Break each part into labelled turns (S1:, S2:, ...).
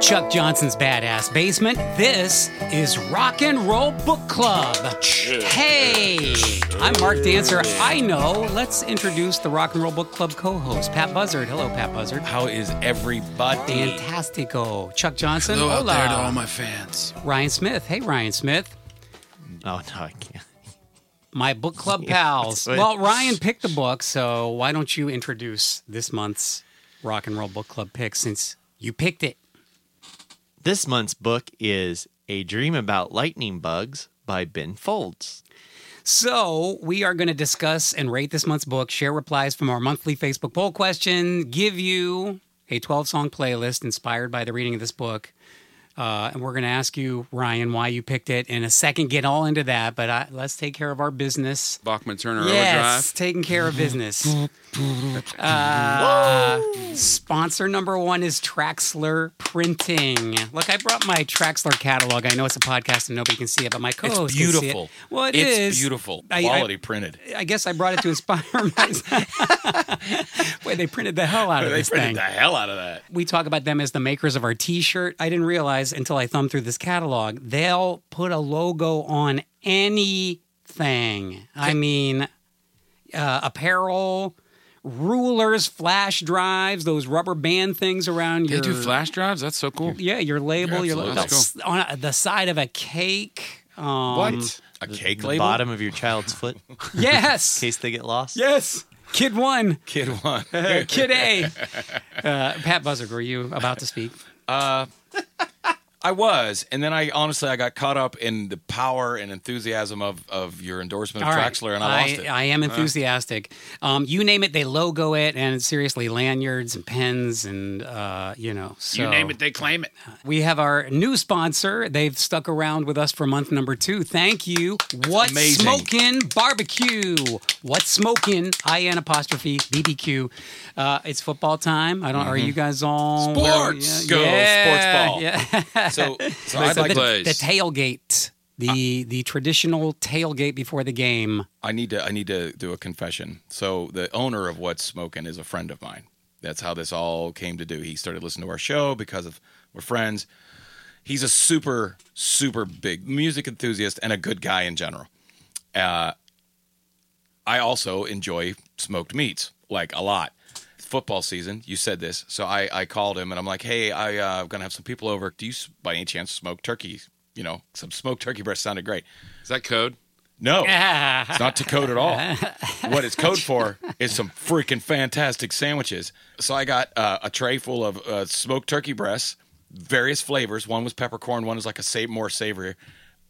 S1: Chuck Johnson's Badass Basement. This is Rock and Roll Book Club. Hey, I'm Mark Dancer. I know. Let's introduce the Rock and Roll Book Club co host, Pat Buzzard. Hello, Pat Buzzard.
S2: How is everybody?
S1: Fantastico. Chuck Johnson.
S3: Hello out
S1: Hola.
S3: there to all my fans.
S1: Ryan Smith. Hey, Ryan Smith.
S2: Oh no, I can't.
S1: My book club
S2: Yeah,
S1: pals.
S2: that's right.
S1: Well, Ryan picked the book, so why don't you introduce this month's Rock and Roll Book Club pick since you picked it?
S2: This month's book is A Dream About Lightning Bugs by Ben Folds.
S1: So, we are going to discuss and rate this month's book, share replies from our monthly Facebook poll question, give you a 12 song playlist inspired by the reading of this book. Uh, and we're going to ask you, Ryan, why you picked it in a second, get all into that. But I, let's take care of our business.
S3: Bachman Turner
S1: Yes, taking care of business. Uh, sponsor number one is Traxler Printing. Look, I brought my Traxler catalog. I know it's a podcast and nobody can see it, but my
S3: Overdrive.
S1: co-host
S3: It's
S1: can see it.
S3: beautiful.
S1: Well, it
S3: it's
S1: is.
S3: beautiful.
S1: I- I-
S3: Quality printed.
S1: I guess I brought it to inspire myself. Boy, they printed the hell out of
S3: They
S1: this
S3: printed
S1: thing.
S3: the hell out of that.
S1: We talk about them as the makers of our T-shirt. I didn't realize until I thumbed through this catalog they'll put a logo on anything. I mean, uh, apparel, rulers, flash drives, those rubber band things around
S3: They
S1: your
S3: do flash drives. That's so cool.
S1: yeah your label, your
S3: Absolutely.
S1: logo
S3: That's
S1: on a, the side of a cake. Um,
S3: What? A cake
S2: The
S3: label.
S2: bottom of your child's foot, in
S1: Yes.
S2: case they get lost.
S1: Yes. Kid one.
S3: Kid one.
S1: Uh, Kid A. Uh, Pat Buzzard, were you about to speak?
S3: I was, and then I honestly I got caught up in the power and enthusiasm of of your endorsement of
S1: All right.
S3: Traxler, and I lost it. Uh.
S1: I am enthusiastic. Um, you name it, they logo it, and seriously, lanyards and pens and uh, you know. So
S4: You name it, they claim it.
S1: we have our new sponsor. They've stuck around with us for month number two. Thank you. What's
S3: amazing.
S1: smoking barbecue? What's smoking? I N apostrophe BBQ. Uh, it's football time. I don't. Are you guys all
S3: Mm-hmm. Sports! Go,
S1: yeah,
S3: sports ball.
S1: Yeah.
S3: so, so I'd
S1: So the,
S3: like to,
S1: the tailgate, the
S3: Uh.
S1: the traditional tailgate before the game.
S3: I need to I need to do a confession. So the owner of What's Smoking is a friend of mine. That's how this all came to do. He started listening to our show because of we're friends. He's a super super big music enthusiast and a good guy in general. Uh, I also enjoy smoked meats like a lot. Football season, you said this, so I, I called him and I'm like, hey, I, uh, I'm gonna have some people over. Do you s- by any chance smoke turkey? You know, some smoked turkey breast sounded great.
S4: Is that code?
S3: No. It's not to code at all. What it's code for is some freaking fantastic sandwiches. So I got uh, a tray full of uh, smoked turkey breasts, various flavors. One was peppercorn, one was like a sa- more savory.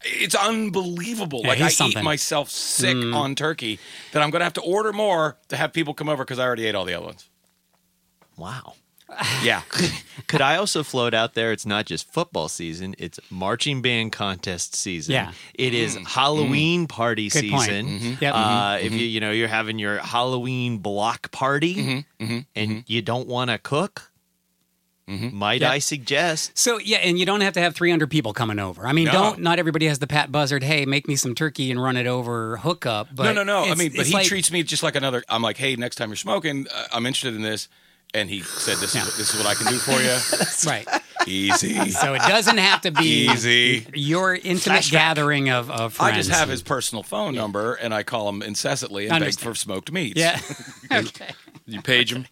S3: It's unbelievable. like I
S1: he's something. Mm.
S3: eat myself sick on turkey that I'm going to have to order more to have people come over because I already ate all the other ones.
S2: Wow.
S3: Yeah.
S2: Could I also float out there? It's not just football season; it's marching band contest season.
S1: Yeah. Mm.
S2: it is
S3: Mm.
S2: Halloween party
S1: Good point.
S2: season.
S3: Mm-hmm.
S1: Mhm. Yep.
S2: Uh, If you you know you're having your Halloween block party
S3: Mm-hmm.
S2: and you don't want to cook,
S3: Mm-hmm.
S2: might
S1: Yeah.
S2: I suggest
S1: So yeah, and you don't have to have 300 people coming over. I mean,
S3: No.
S1: don't not everybody has the Pat Buzzard. Hey, make me some turkey and run it over hookup. But
S3: no, no, no. I
S1: it's-
S3: mean, but
S1: it's
S3: he
S1: like-
S3: treats me just like another. I'm like, hey, next time you're smoking, uh, I'm interested in this. And he said, this, is, this is what I can do for you.
S1: right.
S3: Easy.
S1: So it doesn't have to be
S3: Easy.
S1: your intimate gathering of, of friends.
S3: I just have his personal phone number and I call him incessantly and beg
S1: Understand.
S3: for smoked meats.
S1: Yeah. okay.
S4: You page them.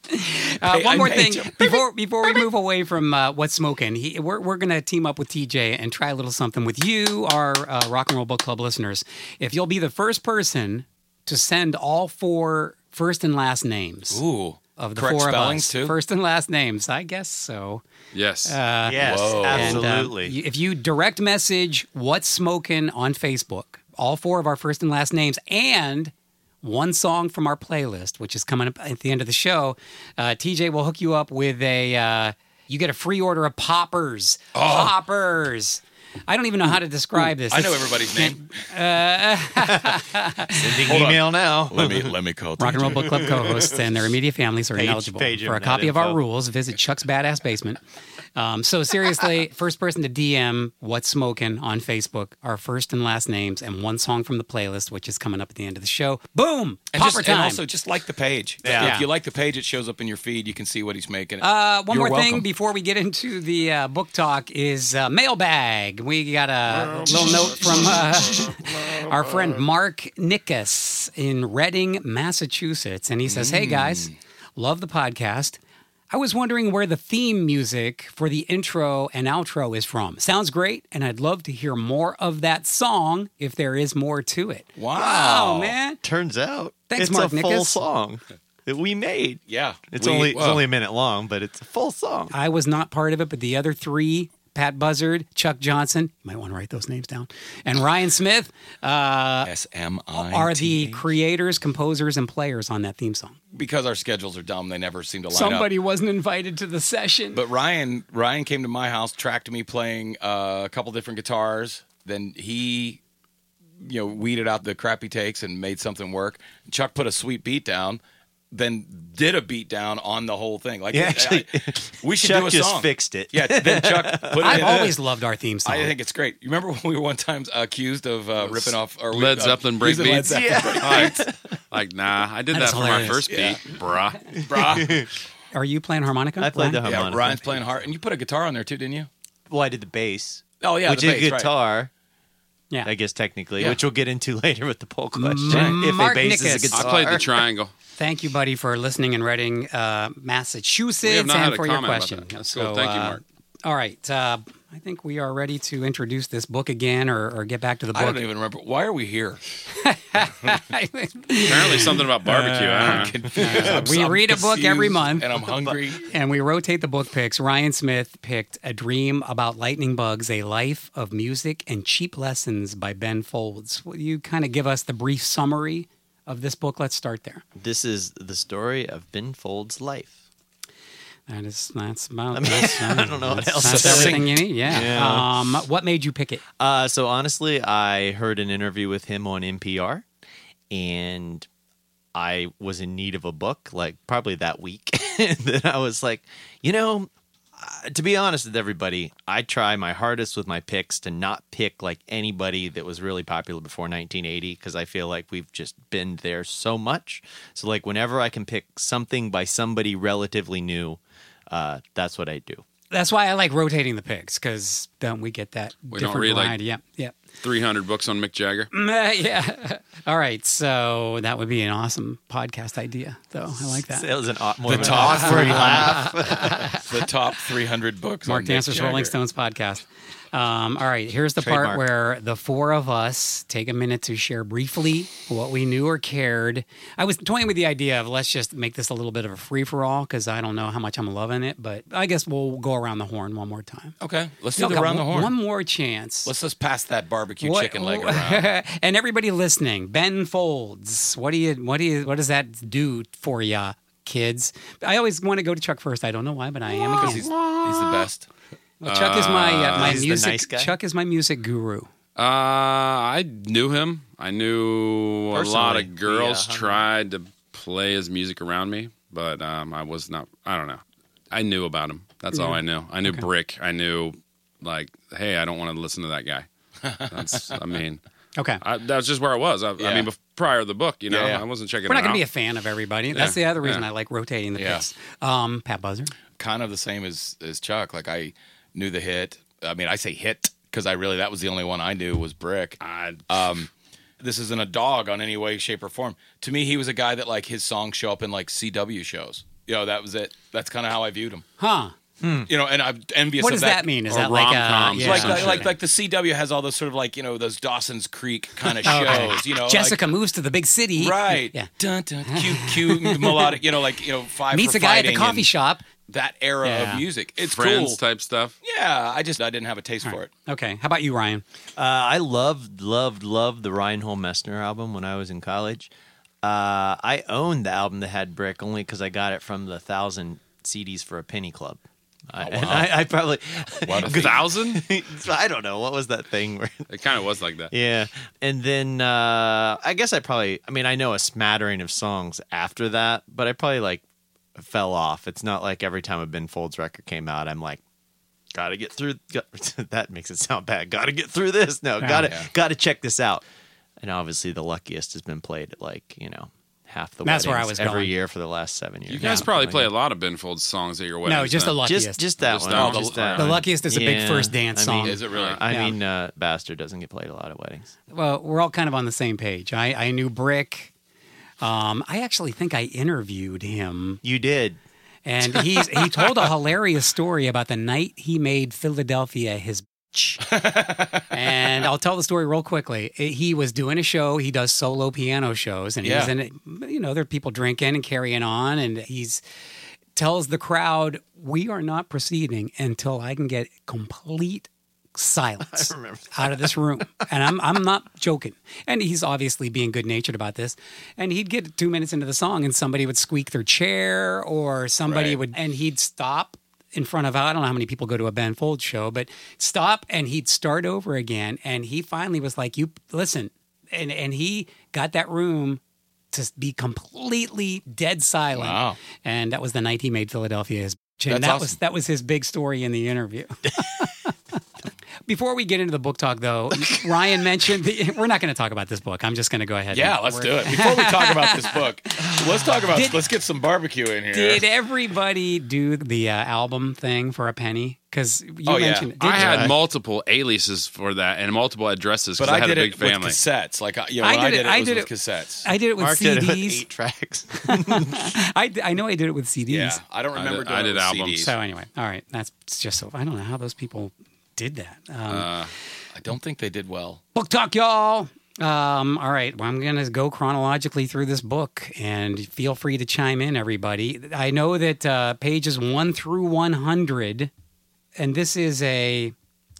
S1: Uh,
S3: Hey,
S1: one
S3: I
S1: more thing
S3: made
S1: before before we move away from uh, what's smoking, he, we're we're gonna team up with TJ and try a little something with you, our uh, Rock and Roll Book Club listeners. If you'll be the first person to send all four first and last names
S3: Ooh.
S1: of the
S3: Correct
S1: four
S3: spellings
S1: of us,
S3: too.
S1: first and last names, I guess so.
S4: Yes.
S1: Uh,
S2: yes,
S3: Whoa.
S1: And, um,
S2: absolutely.
S1: y- if you direct message what's smoking on Facebook, all four of our first and last names, and one song from our playlist, which is coming up at the end of the show, uh, TJ will hook you up with a. Uh, you get a free order of poppers. Poppers. I don't even know how to describe this.
S3: Oh. I know everybody's name.
S2: Sending email now.
S3: let me let me call
S1: Rock and Roll
S3: TJ.
S1: Book Club co-hosts and their immediate families are
S2: Page-
S1: ineligible.
S2: page him
S1: For a
S2: that
S1: copy of our
S2: info.
S1: rules, visit Chuck's Badass Basement. Um, so seriously, first person to DM What's Smokin' on Facebook, our first and last names, and one song from the playlist, which is coming up at the end of the show. Boom!
S3: And,
S1: Popper
S3: just,
S1: time.
S3: and also, just like the page.
S2: Yeah.
S3: If you like the page, it shows up in your feed. You can see what he's making.
S1: Uh, one
S3: You're
S1: more thing
S3: welcome.
S1: before we get into the uh, book talk is uh, mailbag. We got a little note from uh, our friend Mark Nickus in Reading, Massachusetts, and he says, "Hey
S3: Mm.
S1: guys, love the podcast." I was wondering where the theme music for the intro and outro is from. Sounds great, and I'd love to hear more of that song if there is more to it.
S3: Wow.
S1: Wow, man.
S2: Turns out
S1: Thanks,
S2: it's
S1: Mark
S2: a full
S1: Nickus.
S2: song that we made.
S3: yeah.
S2: It's
S3: We-
S2: only it's
S3: whoa.
S2: only a minute long, but it's a full song.
S1: I was not part of it, but the other three, Pat Buzzard, Chuck Johnson, you might want to write those names down, and Ryan Smith, uh,
S3: SMI.
S1: are the creators, composers, and players on that theme song.
S3: because our schedules are dumb, they never seem to line up.
S1: Somebody wasn't invited to the session.
S3: But Ryan Ryan came to my house, tracked me playing uh, a couple different guitars. Then he, you know, weeded out the crappy takes and made something work. Chuck put a sweet beat down, then did a beat down on the whole thing. Like
S2: Yeah, actually,
S3: I- we should
S2: Chuck
S3: do a
S2: just
S3: song.
S2: fixed it.
S3: Yeah, then Chuck put it
S1: I've
S3: in.
S1: always loved our theme song.
S3: I think it's great. You remember when we were one time accused of uh, ripping off or we-
S4: Led
S3: uh,
S4: Zeppelin break
S3: using Led
S4: beats.
S3: Zeppelin
S4: Like, nah, I did
S1: That is
S4: that, for my
S1: hilarious.
S4: first beat, bruh.
S3: Bruh.
S1: Are you playing harmonica?
S2: I played
S1: Ryan?
S2: the-
S3: yeah,
S2: Harmonica.
S3: Ryan's playing hard, and you put a guitar on there too, didn't you?
S2: Well, I did the bass.
S3: Oh yeah,
S2: which
S3: the
S2: is
S3: bass, right.
S2: guitar,
S1: Yeah.
S2: I guess technically,
S3: Yeah.
S2: which we'll get into later with the poll question. If
S1: Mark
S2: a bass is a
S1: Nickus.
S2: guitar,
S4: I played the triangle.
S1: Thank you, buddy, for listening in Reading, uh, Massachusetts,
S4: We have not had
S1: and
S4: a
S1: for your
S4: comment about
S1: question.
S4: that. That's cool. Thank you,
S1: uh,
S4: Mark.
S1: all right. Uh, I think we are ready to introduce this book again or, or get back to the book.
S3: I don't even remember. Why are we here?
S4: Apparently, something about barbecue. I don't know.
S1: we
S3: Uh-huh. I'm
S1: read a book
S3: confused,
S1: every month.
S3: and I'm hungry.
S1: and we rotate the book picks. Ryan Smith picked A Dream About Lightning Bugs, A Life of Music and Cheap Lessons by Ben Folds. Will you kind of give us the brief summary of this book? Let's start there.
S2: This is the story of Ben Folds' life.
S1: That is, that's about
S2: mean,
S1: that's-
S2: I don't know what
S1: that's-
S2: else
S1: That's
S2: to say.
S1: everything you need. Yeah.
S2: Yeah.
S1: Um, what made you pick it?
S2: Uh, so honestly, I heard an interview with him on NPR, and I was in need of a book, like probably that week. and then I was like, you know, uh, to be honest with everybody, I try my hardest with my picks to not pick like anybody that was really popular before 1980 because I feel like we've just been there so much. So like whenever I can pick something by somebody relatively new, uh, that's what I do.
S1: That's why I like rotating the picks because then we get that
S4: We don't
S1: different
S4: read, like-
S1: variety. yeah. Yeah.
S4: 300 books on Mick Jagger.
S1: Mm, uh, yeah. All right. So that would be an awesome podcast idea, though. I like that.
S2: So it was an au- more of an
S3: top
S2: awkward laugh.
S3: the top 300 books.
S1: Mark
S3: on
S1: Dancer's
S3: Mick Jagger.
S1: Rolling Stones podcast. Um, all right, here's the part
S2: Trademark.
S1: where the four of us take a minute to share briefly what we knew or cared. I was toying with the idea of let's just make this a little bit of a free for all because I don't know how much I'm loving it, but I guess we'll go around the horn one more time.
S3: Okay, let's do
S1: Y'all
S3: the
S1: got
S3: round the
S1: one-
S3: horn.
S1: One more chance.
S3: Let's just pass that barbecue
S1: What-
S3: chicken leg around.
S1: and everybody listening, Ben Folds, what do you, what do you, what does that do for ya, kids? I always want to go to Chuck first. I don't know why, but I am
S3: Because
S1: again.
S3: he's, he's the best.
S1: Well, Chuck is my uh, my
S2: He's the
S1: music.
S2: nice guy?
S1: Chuck is my music guru.
S4: Uh, I knew him. I knew a lot
S2: Personally,
S4: of girls
S2: yeah.
S4: tried to play his music around me, but um, I was not. I don't know. I knew about him. That's all I knew. I knew Brick. I knew, like, hey, I don't want to listen to that guy. That's. I mean,
S1: Okay,
S4: I, that's just where I was. I, I
S3: Yeah.
S4: mean, bef- prior to the book, you know,
S3: Yeah, yeah.
S4: I wasn't checking.
S1: we're not
S4: it
S1: going to be a
S4: out.
S1: fan of everybody. That's the
S4: Yeah,
S1: other reason
S4: yeah.
S1: I like rotating the
S3: Yeah.
S1: picks. Um, Pat Buzzard.
S3: Kind of the same as, as Chuck. Like, I knew the hit. I mean, I say hit because I really, that was the only one I knew was Brick. Um, this isn't a dog on any way, shape, or form. To me, he was a guy that, like, his songs show up in, like, CW shows. You know, that was it. That's kind of how I viewed him.
S1: Huh?
S3: You know, and I'm
S1: Hmm.
S3: envious
S1: What
S3: of
S1: does that, mean? Is
S4: or
S1: that like a
S4: rom-coms or
S3: like,
S4: Yeah.
S3: like, like like the CW has all those sort of like you know those Dawson's Creek kind of shows,
S1: Oh, Okay.
S3: you know, like-
S1: Jessica moves to the big city.
S3: right?
S1: Yeah.
S3: dun, dun, cute, cute melodic, you know, like you know, five
S1: Meets
S3: for
S1: a guy at the
S3: Fighting
S1: coffee
S3: and
S1: shop.
S3: That era
S1: Yeah.
S3: of music, it's
S4: friends
S3: cool.
S4: type stuff.
S3: Yeah, I just I didn't have a taste for it.
S1: Okay. How about you, Ryan?
S2: Uh, I loved, loved, loved the Reinhold Messner album when I was in college. Uh, I owned the album that had Brick only because I got it from the thousand CDs for a penny club. I, and I, I probably
S3: Oh, What a thief.
S4: thousand?
S2: I don't know what was that thing where
S4: It kind of was like that.
S2: yeah and then uh I guess I probably I mean I know a smattering of songs after that but I probably like fell off it's not like every time a Ben Folds record came out I'm like gotta get through got, that makes it sound bad gotta get through this
S1: Oh,
S2: no gotta
S3: yeah.
S2: gotta check this out and obviously the luckiest has been played at like you know half the
S1: That's where I
S2: weddings
S1: was
S2: every
S1: going.
S2: year for the last seven years
S4: You guys probably play a lot of Ben Folds songs at your wedding.
S1: no, just the luckiest.
S2: just just that
S4: Just
S2: one
S4: that
S2: Oh,
S4: one.
S2: just that
S1: the
S2: one.
S1: luckiest is a big
S2: Yeah.
S1: first dance
S2: I mean,
S1: song.
S3: Is it really?
S2: I
S1: Yeah.
S2: mean, uh, Bastard doesn't get played a lot at weddings.
S1: well, we're all kind of on the same page. I, I knew Brick. Um, I actually think I interviewed him,
S2: You did.
S1: and he's he told a hilarious story about the night he made Philadelphia his bitch. and I'll tell the story real quickly. It- He was doing a show. He does solo piano shows, and he's
S3: Yeah.
S1: in. it. You know, there are people drinking and carrying on, and he's tells the crowd, "We are not proceeding until I can get complete silence out of this room." And I'm I'm not joking. And he's obviously being good natured about this. And he'd get two minutes into the song, and somebody would squeak their chair, or somebody
S3: Right.
S1: would, and he'd stop in front of I don't know how many people go to a Ben Folds show, but stop, and he'd start over again. And he finally was like, "You listen," and and he got that room. To be completely dead silent,
S3: Wow.
S1: and that was the night he made Philadelphia his. bitch. And
S3: That's
S1: that
S3: awesome.
S1: was that was his big story in the interview. Before we get into the book talk, though, Ryan mentioned the, we're not going to talk about this book. I'm just going to go ahead.
S3: Yeah,
S1: and
S3: let's
S1: we're-
S3: do it. Before we talk about this book, let's talk about.
S1: Did-
S3: let's get some barbecue in here.
S1: Did everybody do the uh, album thing for a penny? Because you
S3: Oh, yeah.
S1: mentioned it. Did
S4: I
S1: you?
S4: had multiple aliases for that and multiple addresses
S3: but
S4: because I,
S3: I,
S4: had
S3: did
S4: a big
S3: it
S4: family.
S3: with cassettes. Like I, you know, when I did it, it, was with cassettes.
S1: I did it with
S2: Mark did
S1: CDs.
S2: it with eight tracks.
S1: I, d- I know I did it with CDs.
S3: yeah, I
S4: I
S3: don't remember.
S4: did- I
S3: doing
S4: did
S3: it with
S4: albums.
S3: CDs.
S1: So anyway, all right. That's just so I don't know how those people did that. Um,
S4: uh,
S3: I don't think they did well.
S1: Book talk, y'all. Um, all right. Well, I'm going to go chronologically through this book and feel free to chime in, everybody. I know that uh, pages one through 100, and this is a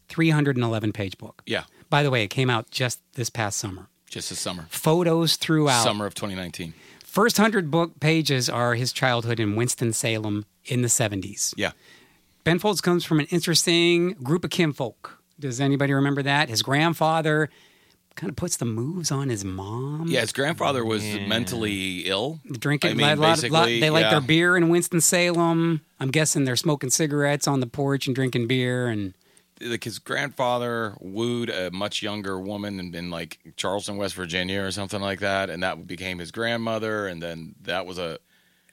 S1: 311 page book.
S3: Yeah,
S1: By the way, it came out just this past summer.
S3: just this summer,
S1: Photos throughout.
S3: summer of 2019.
S1: First 100 book pages are his childhood in Winston-Salem in the 70s.
S3: Yeah,
S1: Ben Folds comes from an interesting group of kinfolk. Does anybody remember that? His grandfather kind of puts the moves on his mom.
S3: yeah. His grandfather was mentally ill.
S1: Drinking,
S3: I mean,
S1: a lot, lot,
S3: basically,
S1: they like
S3: yeah.
S1: their beer in Winston-Salem. I'm guessing they're smoking cigarettes on the porch and drinking beer. And
S3: Like his grandfather wooed a much younger woman in, in like Charleston, West Virginia, or something like that, and that became his grandmother. And then that was a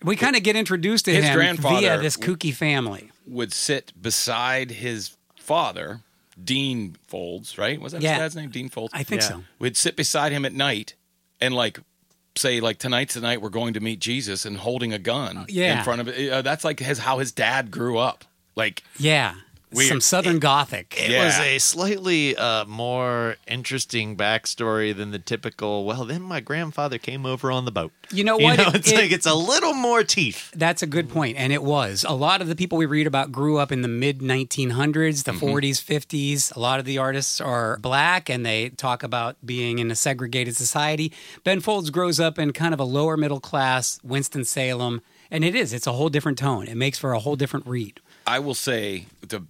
S1: we kind of get introduced to
S3: His
S1: him via
S3: grandfather-
S1: this kooky family.
S3: would sit beside his father, Dean Folds, right? Was that
S1: Yeah.
S3: his dad's name? Dean Folds.
S1: I think
S2: Yeah.
S1: so.
S3: would sit beside him at night and like say like tonight's the night we're going to meet Jesus and holding a gun
S1: yeah.
S3: in front of uh, that's like his how his dad grew up like
S1: Yeah,
S3: Weird.
S1: some Southern Gothic.
S2: It was a slightly uh, more interesting backstory than the typical. Well, then my grandfather came over on the boat.
S1: You know what? It-
S2: it's
S1: it-
S2: like it's a little more teeth.
S1: That's a good point, and it was. A lot of the people we read about grew up in the mid 1900s, the 40s, 50s. A lot of the artists are black, and they talk about being in a segregated society. Ben Folds grows up in kind of a lower middle class Winston Salem, and it is. It's a whole different tone. It makes for a whole different read.
S3: I will say to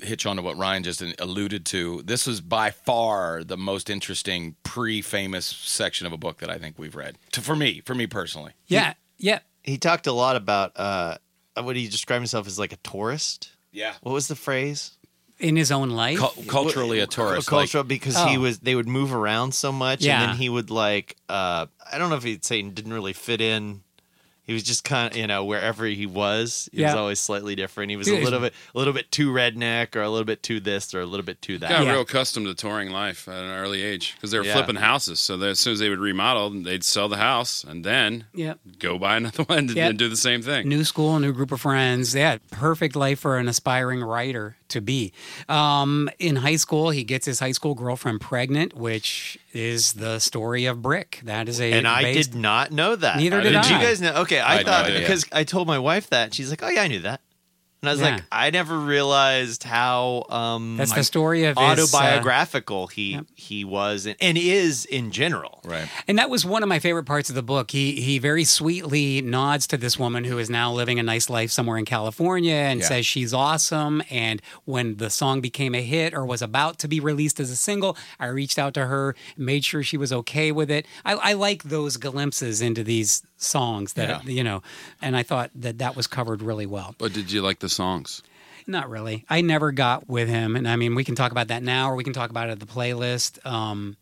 S3: hitch on to what Ryan just alluded to, this was by far the most interesting pre-famous section of a book that I think we've read. To, for me, for me personally.
S1: Yeah, yeah.
S2: He talked a lot about uh, what he described himself as like a tourist.
S3: Yeah.
S2: What was the phrase?
S1: In his own life,
S3: Cul- culturally a tourist. like-
S2: cultural because he
S1: Oh.
S2: was they would move around so much
S1: Yeah.
S2: and then he would like uh i don't know if he'd say he didn't really fit in he was just kind of you know wherever he was he was
S1: Yeah.
S2: always slightly different he was
S1: Dude.
S2: a little bit a little bit too redneck or a little bit too this or a little bit too that
S4: got
S1: Yeah.
S4: real accustomed to touring life at an early age because they were
S2: Yeah.
S4: flipping houses. So they- as soon as they would remodel, they'd sell the house and then
S1: Yep.
S4: go buy another one and,
S1: Yep.
S4: and do the same thing.
S1: New school, new group of friends. Yeah, perfect life for an aspiring writer to be. Um, in high school, he gets his high school girlfriend pregnant, which is the story of Brick. That is a
S2: and i
S1: based-
S2: did not know that
S1: Neither
S2: Uh,
S1: did
S2: you
S1: I.
S2: guys know okay i,
S3: I had no
S2: thought
S3: idea.
S2: because i told my wife that and she's like oh yeah i knew that And I was
S1: Yeah.
S2: like, I never realized how um,
S1: That's the story of his, uh,
S2: autobiographical he he was and, and is in general.
S3: Right.
S1: And that was one of my favorite parts of the book. He he very sweetly nods to this woman who is now living a nice life somewhere in California and
S3: Yeah.
S1: says she's awesome. And when the song became a hit or was about to be released as a single, I reached out to her, made sure she was okay with it. I, I like those glimpses into these songs that you know, and I thought that that was covered really well.
S4: But did you like the songs?
S1: Not really. I never got with him, and I mean, we can talk about that now, or we can talk about it at the playlist. Um,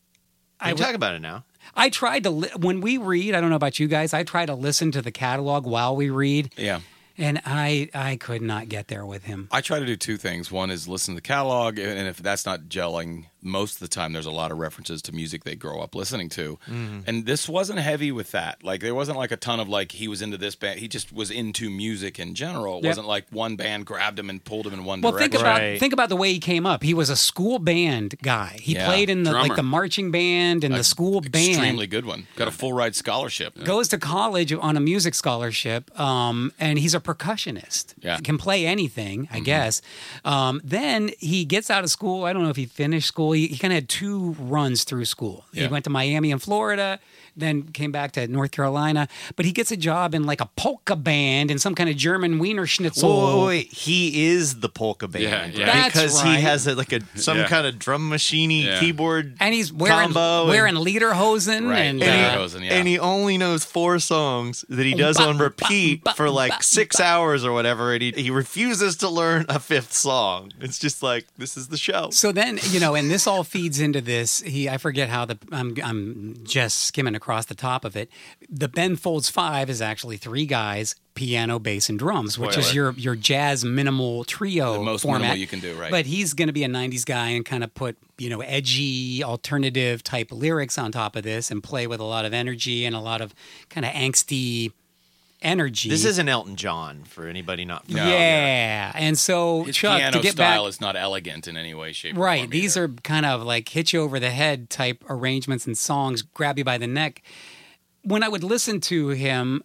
S2: We
S1: I
S2: can
S1: w-
S2: talk about it now.
S1: I tried to li- when we read. I don't know about you guys. I try to listen to the catalog while we read,
S3: Yeah.
S1: and I I could not get there with him.
S3: I try to do two things. One is listen to the catalog, and if that's not gelling, most of the time there's a lot of references to music they grow up listening to.
S1: Mm-hmm.
S3: And this wasn't heavy with that. Like there wasn't like a ton of like he was into this band. He just was into music in general. It
S1: Yep.
S3: wasn't like one band grabbed him and pulled him in one
S1: Well,
S3: direction.
S1: think about
S2: Right.
S1: think about the way he came up. He was a school band guy. He
S3: Yeah.
S1: played in the like
S4: Drummer.
S1: the marching band and the school band.
S3: Extremely good one. Got a full ride scholarship.
S1: Goes to college on a music scholarship, um, and he's a percussionist.
S3: Yeah.
S1: Can play anything,
S2: Mm-hmm.
S1: I guess. Um, then he gets out of school. I don't know if he finished school. He, he kind of had two runs through school. He
S3: Yeah.
S1: went to Miami and Florida, then came back to North Carolina. But he gets a job in like a polka band in some kind of German Wiener Schnitzel.
S2: Whoa, wait, wait. he is the polka band
S4: Yeah, yeah. That's
S2: because
S1: right.
S2: he has a, like a some
S4: Yeah.
S2: kind of drum machiney
S4: Yeah.
S2: keyboard,
S1: And he's wearing
S2: Combo and-
S1: wearing lederhosen
S3: Right.
S1: and,
S3: And he-
S1: uh,
S3: Lederhosen, yeah.
S2: and he only knows four songs that he does
S1: ba-
S2: on
S1: ba-
S2: repeat
S1: ba-
S2: for like
S1: ba-
S2: six hours or whatever, and he, he refuses to learn a fifth song. It's just like this is the show.
S1: So then, you know, and this all feeds into this. He, I forget how the I'm I'm just skimming across the top of it. The Ben Folds Five is actually three guys, piano, bass, and drums, which is
S3: Spoiler.
S1: your your jazz minimal trio
S3: The most
S1: format
S3: minimal you can do, right.
S1: But he's going to be a '90s guy and kind of put you know edgy alternative type lyrics on top of this and play with a lot of energy and a lot of kind of angsty energy.
S2: This is an Elton John for anybody not
S1: yeah.
S2: familiar.
S1: and so
S3: His
S1: Chuck
S3: piano
S1: to get back
S3: style is not elegant in any way, shape, or
S1: Right.
S3: form
S1: These
S3: either.
S1: are kind of like hit you over the head type arrangements and songs, grab you by the neck. When I would listen to him,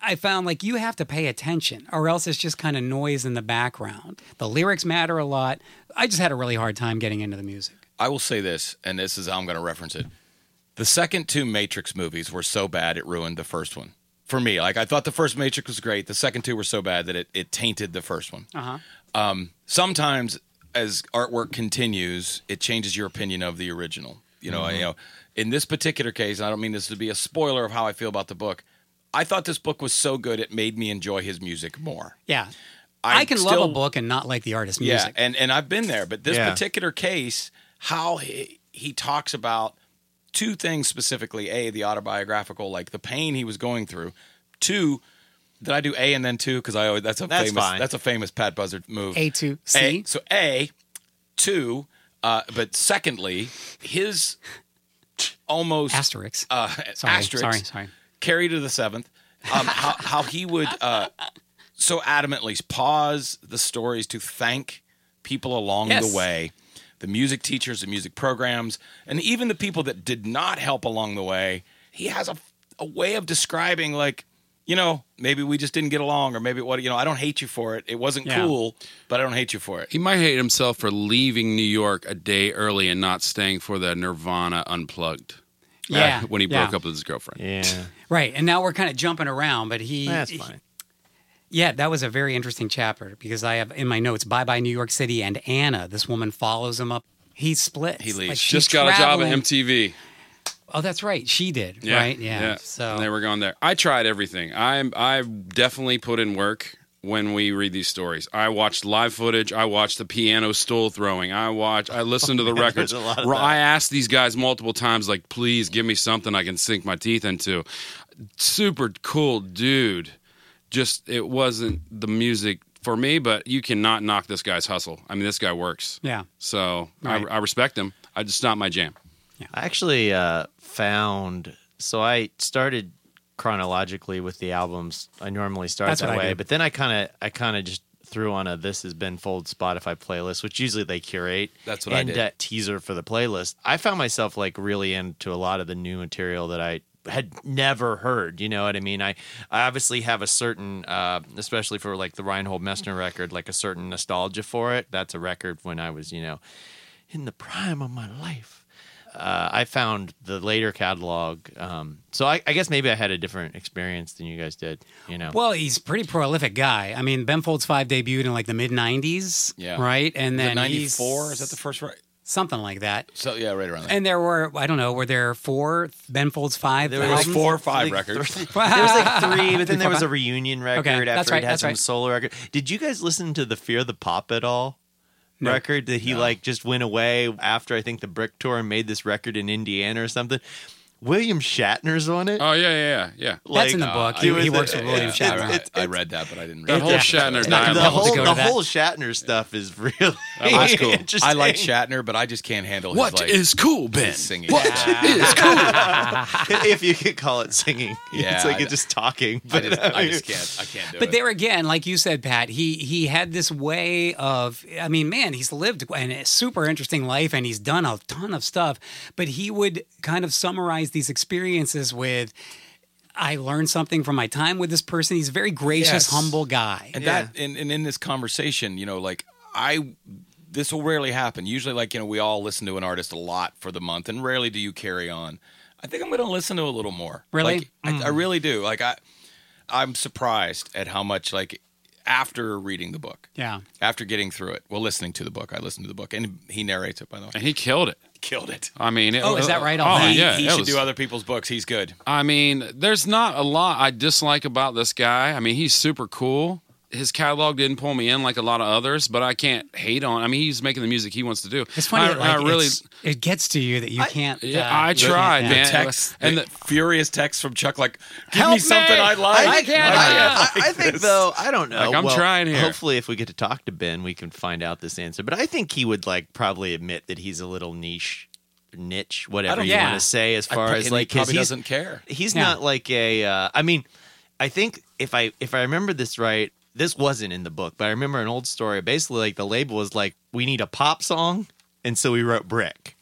S1: I found like you have to pay attention or else it's just kind of noise in the background. The lyrics matter a lot. I just had a really hard time getting into the music.
S3: I will say this, and this is how I'm going to reference it. The second two Matrix movies were so bad it ruined the first one for me. Like I thought the first Matrix was great. The second two were so bad that it, it tainted the first one.
S1: Uh-huh.
S3: Um, sometimes as artwork continues, it changes your opinion of the original. You know,
S1: Mm-hmm.
S3: you know. In this particular case, and I don't mean this to be a spoiler of how I feel about the book. I thought this book was so good it made me enjoy his music more.
S1: Yeah. I,
S3: I
S1: can love
S3: still-
S1: a book and not like the artist's
S3: Yeah,
S1: music.
S3: and and I've been there, but this
S2: Yeah.
S3: particular case, how he he talks about two things specifically: a the autobiographical, like the pain he was going through. Two, did I do a and then two? Because I always that's a
S2: That's
S3: famous
S2: fine.
S3: that's a famous Pat Buzzard move.
S1: A to C.
S3: A, so a two, uh, but secondly, his almost
S1: Asterix.
S3: uh,
S1: sorry,
S3: asterisk
S1: sorry, sorry.
S3: carry to the seventh. Um, how, how he would uh, so adamantly pause the stories to thank people along
S1: Yes.
S3: the way, the music teachers, the music programs, and even the people that did not help along the way. He has a, a way of describing like. You know, maybe we just didn't get along, or maybe what you know. I don't hate you for it. It wasn't
S1: Yeah.
S3: cool, but I don't hate you for it.
S4: He might hate himself for leaving New York a day early and not staying for the Nirvana Unplugged. uh,
S1: yeah.
S4: when he
S1: yeah.
S4: broke up with his girlfriend.
S2: Yeah,
S1: Right. And now we're kind of jumping around, but he
S2: that's
S1: he-
S2: fine.
S1: Yeah, that was a very interesting chapter because I have in my notes Bye Bye New York City and Anna. This woman follows him up. He splits.
S3: He leaves.
S1: she's
S4: Just got a job at
S1: traveling-
S4: MTV.
S1: Oh, that's right. She did.
S4: Yeah,
S1: right? Yeah. So
S4: And they were going there. I tried everything. I I definitely put in work when we read these stories. I watched live footage. I watched the piano stool throwing. I watched. I listened to the records.
S2: Oh, there's a lot of
S4: Ro-
S2: that.
S4: I asked these guys multiple times, like, please give me something I can sink my teeth into. Super cool dude. Just it wasn't the music for me, but you cannot knock this guy's hustle. I mean, this guy works.
S1: yeah.
S4: So
S1: Right.
S4: I, I respect him. I just not my jam.
S2: I actually uh, found so I started chronologically with the albums. I normally start
S1: That's what
S2: that
S1: I
S2: way,
S1: do.
S2: but then I kind of I kind of just threw on a "This Has Been Fold" Spotify playlist, which usually they curate.
S3: That's what I
S2: and,
S3: did.
S2: Uh, teaser for the playlist. I found myself like really into a lot of the new material that I had never heard. You know what I mean? I, I obviously have a certain, uh, especially for like the Reinhold Messner record, like a certain nostalgia for it. That's a record when I was, you know, in the prime of my life. Uh, I found the later catalog, um, so I, I guess maybe I had a different experience than you guys did. You know,
S1: Well, he's a pretty prolific guy. I mean, Ben Folds 5 debuted in like the mid 90s,
S3: Yeah.
S1: right? And then he's-
S3: 94 is that the first right?
S1: something like that.
S3: So yeah, right around there.
S1: And there were, I don't know, were there four Ben Folds 5
S2: There
S3: It was
S1: albums?
S3: four or five
S2: Like
S3: records.
S2: There was like three, but then there was a
S1: Four,
S2: reunion record
S1: Okay, that's
S2: after
S1: right,
S2: he had
S1: that's
S2: some
S1: right.
S2: solo record. Did you guys listen to the Fear the Pop at all?
S1: No.
S2: Record that he like just went away after I think the Brick Tour and made this record in Indiana or something. William Shatner's on it.
S4: Oh yeah, yeah, yeah. yeah.
S1: That's in the book. He-
S2: it was
S1: he works
S2: a-
S1: with William
S2: it's-
S1: Shatner.
S3: I,
S2: it's- it's-
S3: I read that, but I didn't
S4: That
S3: read
S4: whole
S3: it.
S4: Shatner
S2: the-
S4: dialogue.
S2: the
S1: levels to
S2: whole
S1: go
S2: the
S1: to that.
S2: whole Shatner stuff is really
S4: That was cool.
S2: interesting.
S3: Oh, I like Shatner, but I just can't handle
S4: What is
S3: his like
S4: cool, Ben?
S3: his singing.
S4: What is
S3: Yeah.
S4: cool?
S2: if you could call it singing.
S3: Yeah,
S2: it's like
S3: I-
S2: it's just talking.
S3: I
S2: But
S3: just, I
S2: mean,
S3: just can't. I can't do
S1: But
S3: it.
S1: there again, like you said, Pat, he he had this way of. I mean, man, he's lived an- a super interesting life, and he's done a ton of stuff. But he would kind of summarize these experiences with, "I learned something from my time with this person." He's a very gracious,
S3: Yes.
S1: humble guy.
S3: and
S2: Yeah.
S3: that and, and in this conversation you know like i this will rarely happen usually like you know we all listen to an artist a lot for the month and rarely do you carry on i think i'm gonna listen to a little more
S1: Really?
S3: Like, I, I really do like i i'm surprised at how much like after reading the book
S1: yeah,
S3: after getting through it well listening to the book i listened to the book and he narrates it by the way
S4: And he killed it.
S3: killed it
S4: I mean, it,
S1: Oh, is that right?
S4: Oh,
S1: Alright.
S4: yeah.
S3: he
S4: it
S3: should
S4: was-
S3: do other people's books he's good
S4: I mean, there's not a lot I dislike about this guy. I mean, he's super cool. His catalog didn't pull me in like a lot of others, but I can't hate on. I mean, he's making the music he wants to do.
S1: it's funny.
S4: I,
S1: that, like,
S4: I really,
S1: it's- it gets to you that you can't.
S4: yeah,
S1: uh,
S4: I
S1: you can't-
S4: tried,
S1: yeah.
S4: man.
S3: text
S4: And
S3: and
S4: the-
S3: the furious text from chuck like give
S4: Help
S3: me something
S4: me!
S3: i like
S4: I can't-
S2: I, I- I think though I don't know.
S4: Like, I'm
S2: Well,
S4: trying here.
S2: Hopefully, if we get to talk to Ben, we can find out this answer. But I think he would like probably admit that he's a little niche, niche, whatever
S1: don't-
S2: you
S1: yeah.
S2: want to say, as
S3: I
S2: far
S3: pro- and
S2: as
S3: he
S2: like 'cause
S3: probably
S2: he's-
S3: doesn't care
S2: He's
S1: Yeah.
S2: not like a. Uh, I mean, I think if I if I remember this right, this wasn't in the book, but I remember an old story. Basically, like the label was like, we need a pop song, and so we wrote Brick.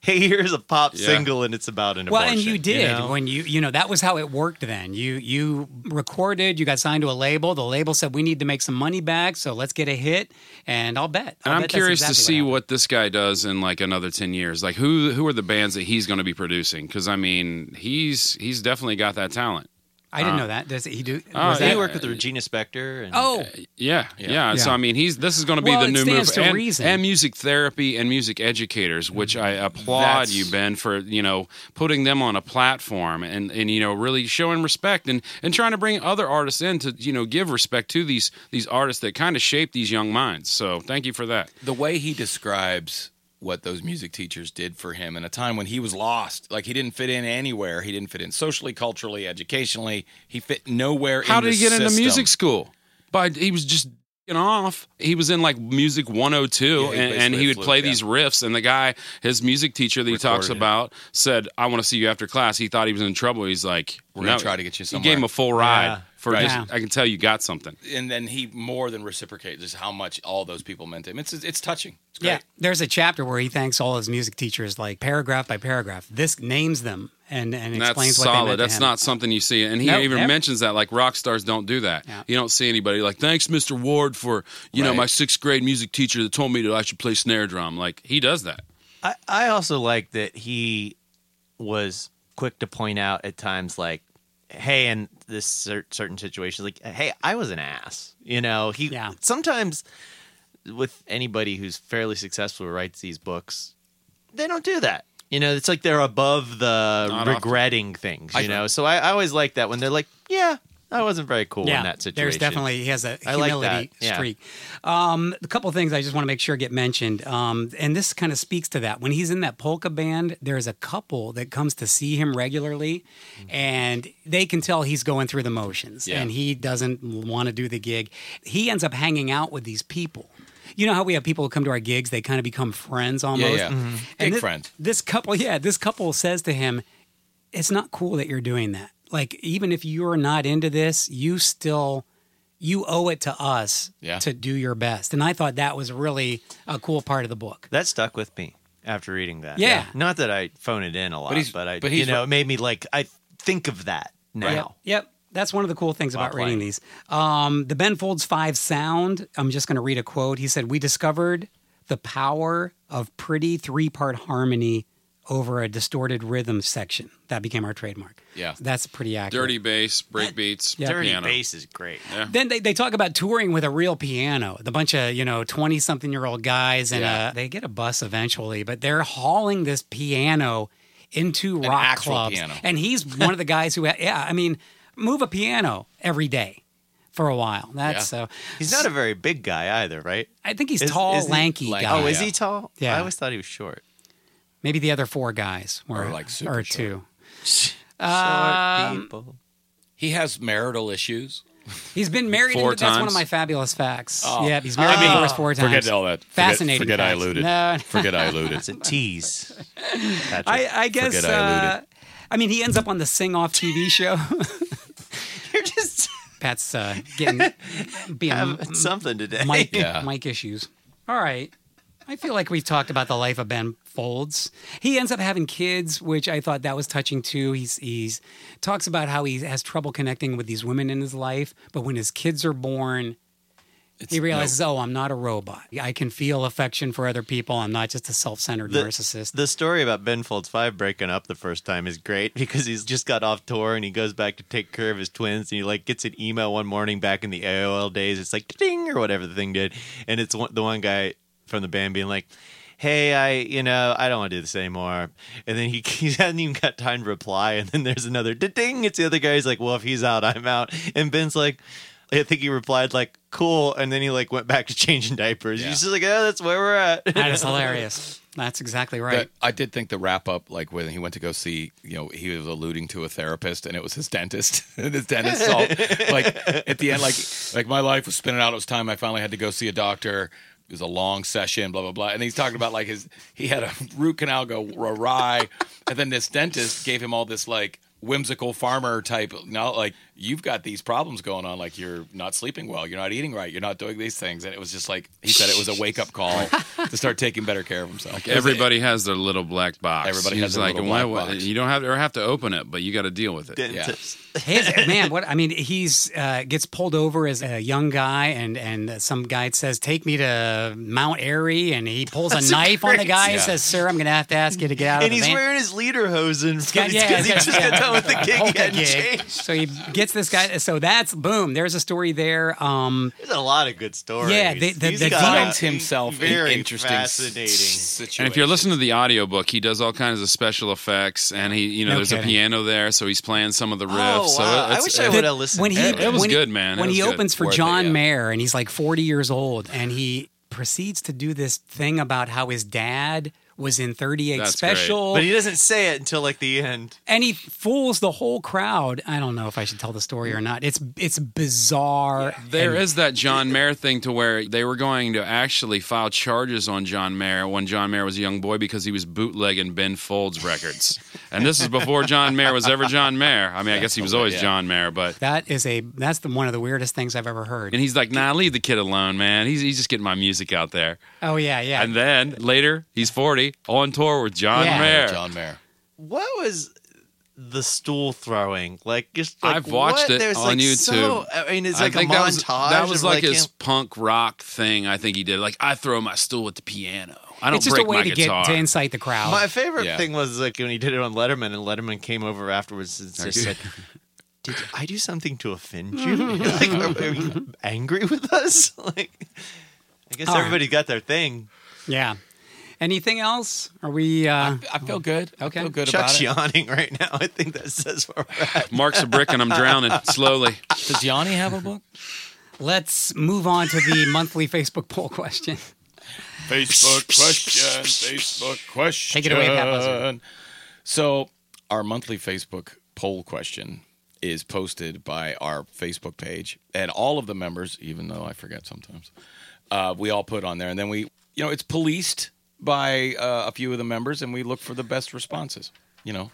S2: Hey, here's a pop
S4: Yeah.
S2: single, and it's about an
S1: Well,
S2: abortion.
S1: and you did
S2: know?
S1: when you you know that was how it worked. Then you you recorded, you got signed to a label. The label said we need to make some money back, so let's get a hit. And I'll bet. I'll
S4: and I'm
S1: bet that's
S4: curious to
S1: exactly
S4: see
S1: what. happened.
S4: what this guy does in like another ten years. Like, who who are the bands that he's going to be producing? Because I mean, he's he's definitely got that talent.
S1: I didn't know that. Does he do?
S4: Oh,
S1: was that-
S4: yeah.
S1: Uh,
S2: he worked with Regina Spektor. And,
S1: Oh,
S4: Yeah, yeah. So
S1: Yeah.
S4: I mean, he's this is going to be
S1: Well,
S4: the
S1: it
S4: new
S1: stands
S4: move,
S1: to
S4: and,
S1: reason.
S4: and music therapy and music educators, which I applaud
S3: That's-
S4: you, Ben, for you know putting them on a platform and and you know really showing respect and and trying to bring other artists in to you know give respect to these these artists that kind of shape these young minds. So thank you for that.
S3: the way he describes what those music teachers did for him in a time when he was lost like he didn't fit in anywhere he didn't fit in socially culturally educationally he fit nowhere
S4: How
S3: in
S4: did
S3: the
S4: he get into
S3: system.
S4: music school? But he was just f***ing off. He was in like music 102,
S3: Yeah, he
S4: and, and
S3: basically
S4: he would
S3: fluke,
S4: play
S3: yeah.
S4: these riffs. And the guy, his music teacher that he talks
S3: Recorded it.
S4: about, said, "I want to see you after class." He thought he was in trouble. He's like,
S3: We're gonna try to get you
S4: He gave
S3: somewhere.
S4: him a full ride
S2: Yeah.
S4: for
S3: Right.
S4: just.
S1: Yeah.
S4: I can tell you got something.
S3: and then he more than reciprocates just how much all those people meant to him it's it's touching it's great.
S1: yeah. There's a chapter where he thanks all his music teachers, like paragraph by paragraph. This names them and and,
S4: And
S1: explains
S4: that's
S1: what they
S4: solid.
S1: meant
S4: That's
S1: to him.
S4: not something you see. And he
S1: Nope,
S4: even
S1: yep.
S4: mentions that like rock stars don't do that.
S1: Yeah.
S4: You don't see anybody like thanks Mr. Ward for you know
S3: Right.
S4: my sixth grade music teacher that told me that I should play snare drum. Like he does that.
S2: I, I also like that he was quick to point out at times, like, hey, in this cer- certain situation, like, hey, I was an ass. You know, he
S1: Yeah.
S2: sometimes with anybody who's fairly successful who writes these books, they don't do that. You know, it's like they're above the
S4: Not often.
S2: regretting things, you know? So I, I always like that when they're like, yeah, I wasn't very cool in that situation.
S1: There's definitely he has a
S2: I like
S1: humility
S2: that, yeah.
S1: streak. Um, a couple of things I just want to make sure get mentioned, um, and this kind of speaks to that. When he's in that polka band, there's a couple that comes to see him regularly,
S2: Mm-hmm.
S1: and they can tell he's going through the motions,
S3: Yeah.
S1: and he doesn't want to do the gig. He ends up hanging out with these people. You know how we have people who come to our gigs; they kind of become friends almost.
S3: yeah.
S2: Mm-hmm.
S3: Mhm. Big
S1: thi-
S3: friend.
S1: This couple, yeah, this couple says to him, it's not cool that you're doing that. Like, even if you're not into this, you still you owe it to us
S3: Yeah.
S1: to do your best. And I thought that was really a cool part of the book.
S2: That stuck with me after reading that.
S1: Yeah.
S2: Not that I phone it in a lot,
S3: But
S2: but,
S3: he's-
S2: I,
S3: but
S2: you
S3: he's
S2: know,
S3: ri-
S2: it made me like I think of that now.
S1: Yep. Yep. That's one of the cool things
S2: While
S1: about reading these. Um, the Ben Folds 5 sound, I'm just going to read a quote. He said, We discovered the power of pretty three part harmony over a distorted rhythm section. That became our trademark.
S3: Yeah.
S1: That's pretty accurate.
S4: Dirty bass, break beats,
S1: Yeah.
S2: Dirty
S4: piano.
S2: bass is great.
S1: Then they, they talk about touring with a real piano. The bunch of, you know, 20 something year old guys, and
S3: Yeah.
S1: uh, they get a bus eventually, but they're hauling this piano into rock
S3: actual
S1: clubs.
S3: piano.
S1: And he's one of the guys who, yeah, I mean, move a piano every day for a while. That's so.
S2: He's not a very big guy either, right?
S1: I think he's
S2: Is-
S1: tall,
S2: isn't he
S1: lanky
S3: lanky?
S1: guy.
S2: Oh, is
S3: yeah.
S2: he tall?
S1: Yeah.
S2: I always thought he was short.
S1: Maybe the other four guys were
S3: Or, like, super
S1: or
S3: short.
S1: two.
S2: Short people.
S3: He has marital issues.
S1: He's been married.
S4: Four
S1: into, That's one of
S4: times?
S1: my fabulous facts. Yeah, he's married to Doris four times.
S3: Oh. Forget all that. Forget-
S1: Fascinating
S3: Forget, I
S1: facts.
S3: alluded.
S1: No.
S3: Forget I alluded.
S2: It's a tease. Patrick.
S1: I, I guess.
S3: Forget I alluded.
S1: uh, I mean, he ends up on the Sing Off TV show.
S2: You're just
S1: Pat's uh, getting being
S2: having something today.
S1: mic
S3: Yeah.
S1: mic issues. All right. I feel like we've talked about the life of Ben Folds. He ends up having kids, which I thought that was touching too. He's he's talks about how he has trouble connecting with these women in his life, but when his kids are born, he realizes, "Oh, I'm not a robot. I can feel affection for other people. I'm not just a self-centered narcissist."
S2: The story about Ben Folds Five breaking up the first time is great because he's just got off tour and he goes back to take care of his twins and he like gets an email one morning back in the AOL days. It's like ding or whatever the thing did, and it's one, the one guy from the band being like. Hey, I you know I don't want to do this anymore, and then he he hasn't even got time to reply, and then there's another ding. It's the other guy. He's like, well, if he's out, I'm out. And Ben's like, I think he replied like, cool, and then he like went back to changing diapers.
S3: Yeah.
S2: He's just like, oh, that's where we're at.
S1: that is hilarious. That's exactly right.
S3: But I did think the wrap up, like when he went to go see, you know, he was alluding to a therapist, and it was his dentist. and his dentist, all, like at the end, like like my life was spinning out. It was time I finally had to go see a doctor. It was a long session, blah blah blah. And he's talking about like his he had a root canal go awry, and then this dentist gave him all this like whimsical farmer type. Now, like you've got these problems going on. Like you're not sleeping well, you're not eating right, you're not doing these things. And it was just like he said, it was a wake up call to start taking better care of himself. It was-
S4: Everybody has their little black box.
S3: Everybody
S4: He's
S3: has their
S4: like,
S3: little
S4: "Why-
S3: black box."
S4: You don't have to, or have to open it, but you got to deal with it.
S2: Dentist.
S1: His man, what I mean, he's uh, gets pulled over as a young guy, and and some guy says, "Take me to Mount Airy," and he pulls a
S2: That's
S1: knife on the
S2: crazy.
S1: guy and
S3: Yeah.
S1: says, "Sir, I'm going to have to ask you to get out of
S2: and
S1: the
S2: he's
S1: van."
S2: wearing his lederhosen
S1: got-
S2: because
S1: yeah,
S2: he
S1: he's
S2: just
S1: got-
S2: got done with the gig.
S1: Polka
S2: He hadn't
S1: gig.
S2: changed.
S1: So he gets this guy. So that's boom. There's a story there. Um,
S2: There's a lot of good stories.
S1: Yeah, the- the-
S2: He's
S1: the
S2: got
S1: guy-
S2: a
S3: finds himself
S2: very
S3: in interesting
S2: fascinating.
S4: And if you're listening to the audiobook, he does all kinds of special effects, and he, you know,
S1: No
S4: there's
S1: kidding.
S4: a piano there, so he's playing some of the riffs.
S2: Oh,
S4: So
S2: wow. I
S4: it's-
S2: wish
S4: it-
S2: I would have listened.
S1: when he
S2: to that.
S4: it was
S1: when he-
S4: good, man. It
S1: When
S4: was
S1: he
S4: good.
S1: opens for
S3: Worth it,
S1: John
S3: yeah.
S1: Mayer and he's like 40 years old and he proceeds to do this thing about how his dad was in 38
S4: That's great.
S1: special
S2: but he doesn't say it until like the end.
S1: and he fools the whole crowd. I don't know if I should tell the story or not. It's it's bizarre.
S4: There is that John Mayer thing to where they were going to actually file charges on John Mayer when John Mayer was a young boy because he was bootlegging Ben Folds records. and this is before John Mayer was ever John Mayer. I mean, I guess he was always
S3: yeah.
S4: John Mayer, but.
S1: That is a that's the one of the weirdest things I've ever heard.
S4: And he's like, nah, leave the kid alone, man. He's, he's just getting my music out there.
S1: Oh yeah, yeah.
S4: And then later, he's 40, on tour with John
S1: Yeah.
S4: Mayer.
S3: John Mayer.
S2: What was the stool throwing? Like just like,
S4: I've watched
S2: what?
S4: it
S2: There's,
S4: on
S2: like, So,
S4: YouTube.
S2: I mean, it's
S4: I
S2: like a
S4: think that was-
S2: montage.
S4: That was
S2: of,
S4: like his
S2: him-
S4: punk rock thing. I think he did. Like I throw my stool at the piano. I don't
S1: it's just a
S4: break
S1: way
S4: my
S1: to
S4: guitar.
S1: get to incite the crowd.
S2: My favorite
S3: Oh, Yeah.
S2: thing was like when he did it on Letterman, and Letterman came over afterwards and just said, "Did I do something to offend you? like, are, are you angry with us? like, I guess
S1: All right.
S2: everybody got their thing."
S1: yeah. Anything else? Are we uh
S3: I feel good.
S1: Okay.
S3: I feel good
S2: Chuck's
S3: about
S2: yawning right now. I think that says where we're at.
S4: Mark's a brick and I'm drowning slowly.
S3: it. Does Yanni have a book?
S1: let's move on to the monthly Facebook poll question.
S3: Facebook question. Facebook question.
S1: Take it away, Pat Buzzard.
S3: So, our monthly Facebook poll question is posted by our Facebook page, and all of the members, even though I forget sometimes, uh, we all put on there, and then we, you know, it's policed by uh, a few of the members, and we look for the best responses. You know,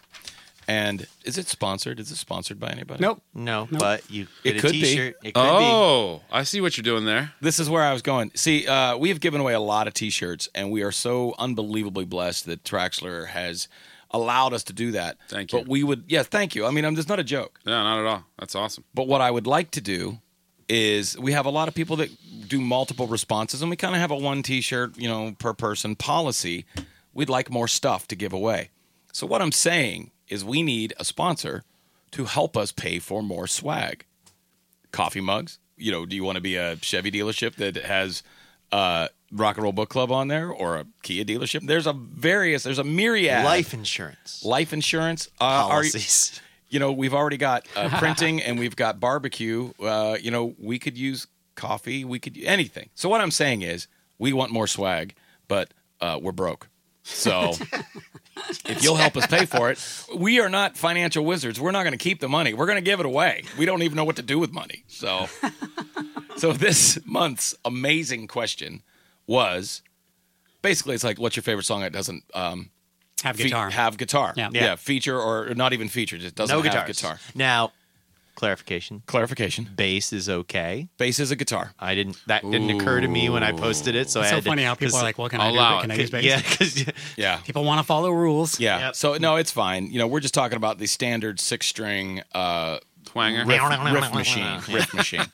S3: and is it sponsored? Is it sponsored by anybody?
S1: Nope.
S2: No, but you get
S3: It
S2: a
S3: could be.
S2: t-shirt. It could
S4: Oh, I see what you're doing there.
S3: This is where I was going. See, uh, we have given away a lot of T-shirts, and we are so unbelievably blessed that Traxler has allowed us to do that.
S4: Thank you.
S3: But we would, yeah, thank you. I mean, I'm just not a joke.
S4: Yeah, not at all. That's awesome.
S3: But what I would like to do is we have a lot of people that do multiple responses, and we kind of have a one T-shirt, you know, per person policy. We'd like more stuff to give away. So what I'm saying is we need a sponsor to help us pay for more swag, coffee mugs. You know, do you want to be a Chevy dealership that has uh, Rock and Roll Book Club on there, or a Kia dealership? There's a various, there's a myriad
S2: Life insurance
S3: life insurance. Uh, are you-
S2: policies.
S3: you know, we've already got uh, printing and we've got barbecue. Uh, you know, we could use coffee. We could anything. So what I'm saying is, we want more swag, but uh, we're broke. So if you'll help us pay for it, we are not financial wizards. We're not going to keep the money. We're going to give it away. We don't even know what to do with money. So, so this month's amazing question was basically it's like, what's your favorite song that doesn't um,
S1: Have
S3: fe-
S1: guitar.
S3: have guitar?
S1: Yeah.
S3: yeah, feature or or not even feature, just doesn't
S2: no
S3: have
S2: guitars.
S3: guitar.
S2: Now, clarification.
S3: Clarification.
S2: Bass is okay.
S3: Bass is a guitar.
S2: I didn't. That didn't occur to me when I posted it. So I
S1: it's
S2: had
S1: so funny
S2: to,
S1: how people
S2: 'cause-
S1: are like, "Well, can
S4: I'll
S1: I do
S4: allow
S1: it? Can
S4: it.
S1: I use bass?"
S2: yeah, because
S3: Yeah.
S1: People want to follow rules.
S3: Yeah.
S2: Yep.
S3: So no, it's fine. You know, we're just talking about the standard six string uh
S4: Twanger.
S2: Riff.
S3: riff machine. Riff machine.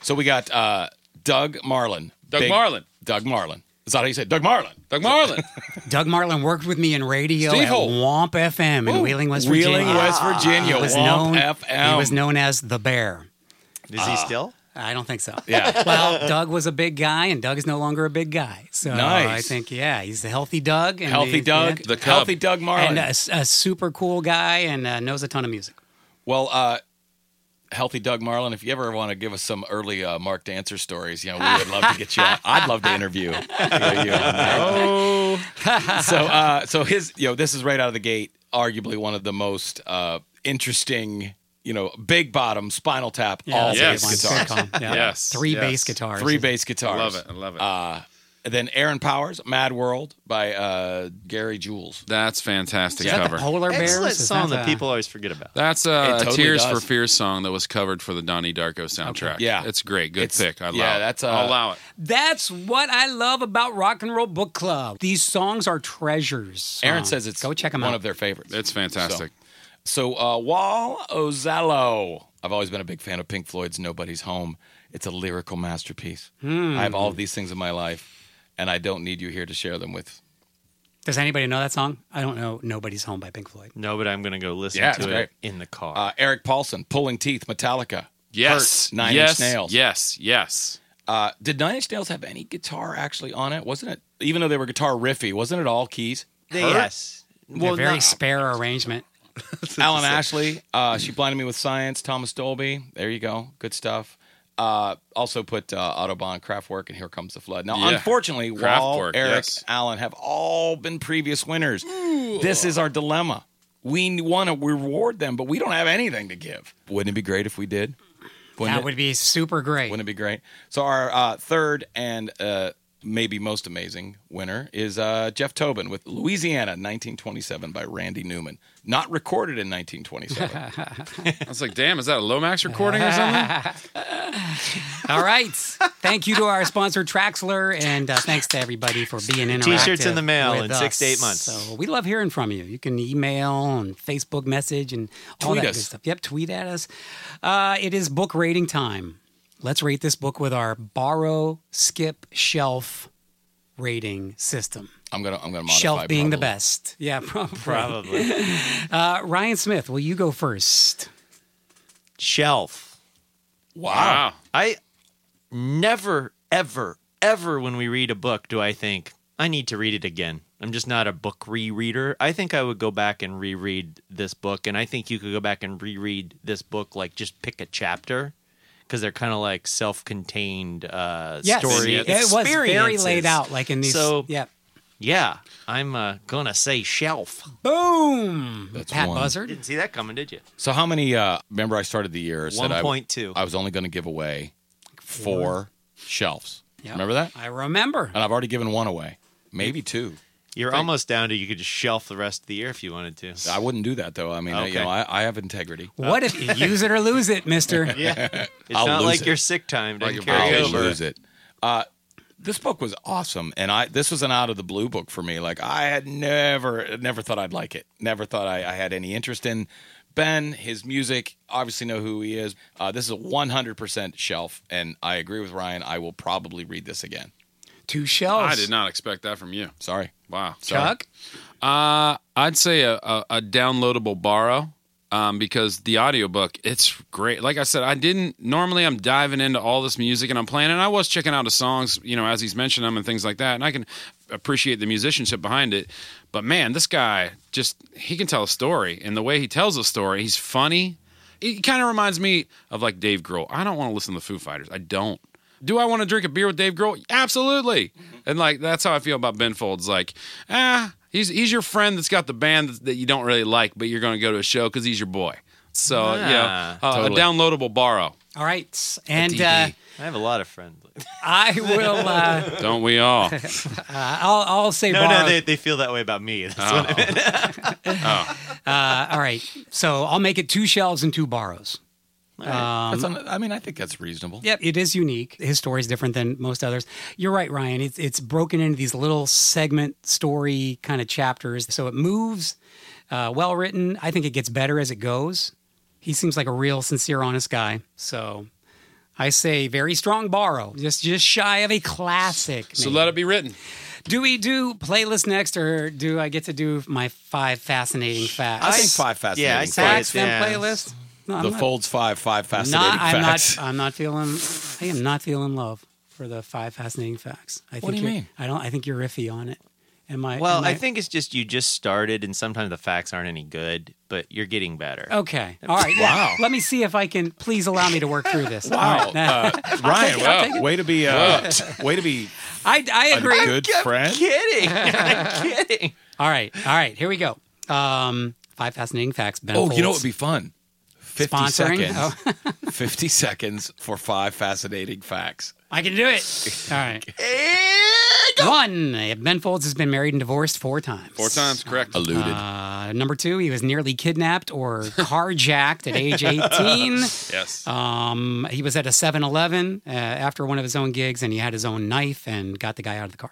S3: So we got uh Doug Marlin.
S4: Doug
S3: Big-
S4: Marlin.
S3: Doug Marlin. Is that how you say it? Doug Marlin?
S4: Doug Marlin.
S1: Doug Marlin worked with me in radio
S3: Steve
S1: at
S3: Holt.
S1: Womp FM in Wheeling, West Virginia.
S3: Wheeling, West Virginia.
S1: Ah. He was
S3: Uh, Womp
S1: known.
S3: FM.
S1: He was known as the Bear.
S2: is
S3: Ah.
S2: he still?
S1: I don't think so.
S3: Yeah.
S1: Well, Doug was a big guy, and Doug is no longer a big guy. So
S3: Nice.
S1: I think, yeah, he's the healthy Doug. And
S3: Healthy
S1: the-
S3: Doug.
S1: yeah.
S4: The Cub.
S3: Healthy Doug Marlin.
S1: and uh, a, s- a super cool guy, and uh, knows a ton of music.
S3: Well, uh, healthy Doug Marlin, if you ever want to give us some early uh, Mark Dancer stories, you know, we would love to get you. on. I'd love to interview you. on that.
S1: Oh.
S3: so, uh, so his, you know, this is right out of the gate, arguably one of the most uh, interesting, you know, big bottom, Spinal Tap, all
S1: that's a
S4: yes.
S1: good
S3: bass
S1: one. Good
S3: guitars,
S1: call. Yeah.
S4: Yes,
S1: Three
S4: yes.
S1: bass guitars.
S3: three bass guitars.
S4: I love it. I love it.
S3: Uh, And then Aaron Powers, Mad World by uh, Gary Jules.
S4: That's fantastic
S1: Is that
S4: cover.
S1: the Polar Bears?
S2: Excellent
S1: Is
S2: song
S1: a-
S2: that people always forget about.
S4: That's uh,
S3: It totally
S4: Tears
S3: does.
S4: for Fears song that was covered for the Donnie Darko soundtrack.
S3: Yeah.
S4: it's great. Good
S3: It's-
S4: pick. I allow
S3: yeah,
S4: it.
S3: that's, uh,
S4: I'll allow it.
S1: That's what I love about Rock and Roll Book Club. These songs are treasures.
S3: Aaron
S1: Um,
S3: says it's
S1: go check them
S3: one
S1: out.
S3: of their favorites.
S4: It's fantastic.
S3: So uh, Wall Ozello. I've always been a big fan of Pink Floyd's Nobody's Home. It's a lyrical masterpiece.
S4: Hmm.
S3: I have all of these things in my life, and I don't need you here to share them with.
S1: Does anybody know that song? I don't know. Nobody's Home by Pink Floyd.
S2: No, but I'm gonna go listen
S3: Yeah,
S2: to
S3: it's
S2: it
S3: great.
S2: in the car.
S3: Uh, Eric Paulson, Pulling Teeth, Metallica.
S4: yes,
S3: Hurt, Nine
S4: yes,
S3: Inch Nails.
S4: Yes, yes.
S3: Uh, did Nine Inch Nails have any guitar actually on it? Wasn't it, even though they were guitar riffy, wasn't it all keys?
S2: They-
S3: Hurt,
S2: yes.
S1: a very spare arrangement.
S3: Alan Ashley, uh, she blinded me with science. Thomas Dolby, there you go, good stuff. Uh, also put uh, Autobahn, Kraftwerk, and Here Comes the Flood. Now,
S4: Yeah.
S3: unfortunately, Wall,
S4: Kraftwerk,
S3: Eric,
S4: yes.
S3: Alan have all been previous winners. This is our dilemma. We want to reward them, but we don't have anything to give. Wouldn't it be great if we did? Wouldn't
S1: That
S3: it?
S1: would be super great.
S3: Wouldn't it be great? So our uh, third and uh, maybe most amazing winner is uh, Jeff Tobin with Louisiana 1927 by Randy Newman. Not recorded in 1927.
S4: I was like, damn, is that a Lomax recording or something?
S1: All right. Thank you to our sponsor, Traxler, and uh, thanks to everybody for being interactive.
S2: T-shirts in the mail
S1: with
S2: in six to eight
S1: us.
S2: months.
S1: So we love hearing from you. You can email and Facebook message and all
S3: Tweet
S1: that
S3: us.
S1: good stuff. Yep, tweet at us. Uh, it is book rating time. Let's rate this book with our borrow, skip, shelf rating system.
S3: I'm gonna I'm gonna modify
S1: Shelf being the
S3: probably.
S1: best. Yeah, probably.
S2: Probably
S1: Uh, Ryan Smith, will you go first?
S2: shelf.
S4: Wow.
S2: I never, ever, ever when we read a book do I think I need to read it again. I'm just not a book rereader. I think I would go back and reread this book, and I think you could go back and reread this book, like just pick a chapter, because they're kind of like self-contained uh,
S1: Yes,
S2: story.
S1: it was very
S2: experiences.
S1: laid out, like in these.
S2: So-
S1: yeah.
S2: Yeah, I'm uh, gonna say shelf.
S1: Boom.
S3: That's
S1: Pat
S3: one.
S1: Buzzard.
S2: Didn't see that coming, did you?
S3: So how many? Uh, remember, I started the year said I-
S2: 1.2.
S3: I, was only gonna give away four shelves.
S1: Yeah.
S3: Remember that?
S1: I remember.
S3: And I've already given one away. Maybe two.
S2: You're almost down to you could just shelf the rest of the year if you wanted to.
S3: I wouldn't do that though. I
S1: Oh,
S3: mean, you
S2: Okay.
S3: know, I, I have integrity.
S1: What if you use it or lose it, mister?
S2: yeah, it's
S3: I'll
S2: not
S3: lose
S2: like
S3: it.
S2: your sick time.
S4: Like
S2: Doesn't
S4: your
S2: carry
S3: I'll
S4: vacation.
S2: over.
S3: lose it. Uh, this book was awesome and i this was an out of the blue book for me like i had never never thought i'd like it never thought i, I had any interest in ben his music obviously know who he is uh, this is a 100% shelf and i agree with ryan i will probably read this again
S1: Two shelves.
S4: I did not expect that from you.
S3: sorry
S4: Wow.
S1: Chuck,
S4: Uh, I'd say a, a, a downloadable borrow um, because the audiobook, it's great. Like I said, I didn't normally I'm diving into all this music and I'm playing and I was checking out his songs, you know, as he's mentioned them and things like that. And I can appreciate the musicianship behind it. But man, this guy just he can tell a story and the way he tells a story, he's funny. He kind of reminds me of like Dave Grohl. I don't want to listen to the Foo Fighters. I don't. Do I want to drink a beer with Dave Grohl? Absolutely. And like that's how I feel about Ben Folds. Like, ah, he's he's your friend that's got the band that, that you don't really like, but you're going to go to a show because he's your boy. So yeah,
S2: Ah,
S4: uh,
S2: totally.
S4: a downloadable borrow.
S1: all right, and uh,
S2: DD. I have a lot of friends.
S1: I will. Uh,
S4: Don't we all?
S1: I'll, I'll say
S2: No,
S1: borrow.
S2: no, they, they feel that way about me. That's what I meant.
S1: uh, all right, so I'll make it two shelves and two borrows. Um,
S3: that's un- i mean i think that's reasonable
S1: Yep, it is unique. His story is different than most others. You're right, Ryan. It's it's broken into these little segment story kind of chapters, so it moves. Uh, well written. I think it gets better as it goes. He seems like a real sincere, honest guy. So I say very strong borrow. Just just shy of a classic.
S4: So
S1: maybe.
S4: let it be written.
S1: do we do playlist next, or do I get to do my five fascinating facts?
S3: i think five fascinating
S2: Yeah, I say
S3: facts.
S1: facts then
S2: Yeah.
S1: playlist. No, I'm
S3: the
S1: not-
S3: folds five five fascinating
S1: not, uh, I'm
S3: facts
S1: not. I'm not feeling. I am not feeling love for the five fascinating facts. I think
S3: What do you
S1: you're-
S3: mean?
S1: I don't. I think you're iffy on it. Am I?
S2: Well,
S1: am
S2: I think it's just you just started, and sometimes the facts aren't any good, but you're getting better.
S1: Okay. All right.
S3: Wow.
S1: Let me see if I can. Please allow me to work through this.
S3: Wow,
S1: All right. Now,
S3: uh, Ryan!
S4: I'll take
S3: Wow, way to be uh, way to be
S1: I, I
S3: a
S1: agree.
S3: good friend.
S2: Kidding. I'm kidding.
S1: All right. All right. Here we go. Um, five fascinating facts. Ben
S3: Oh, you know what
S1: Folds.
S3: would be fun? 50
S1: Sponsoring?
S3: seconds. 50 seconds for five fascinating facts.
S1: I can do it. All right. One. Ben Folds has been married and divorced four times.
S4: Four times, correct.
S3: Alluded.
S1: Uh, number two, he was nearly kidnapped or carjacked at age 18.
S4: yes.
S1: Um, he was at a 7 Eleven uh, after one of his own gigs and he had his own knife and got the guy out of the car.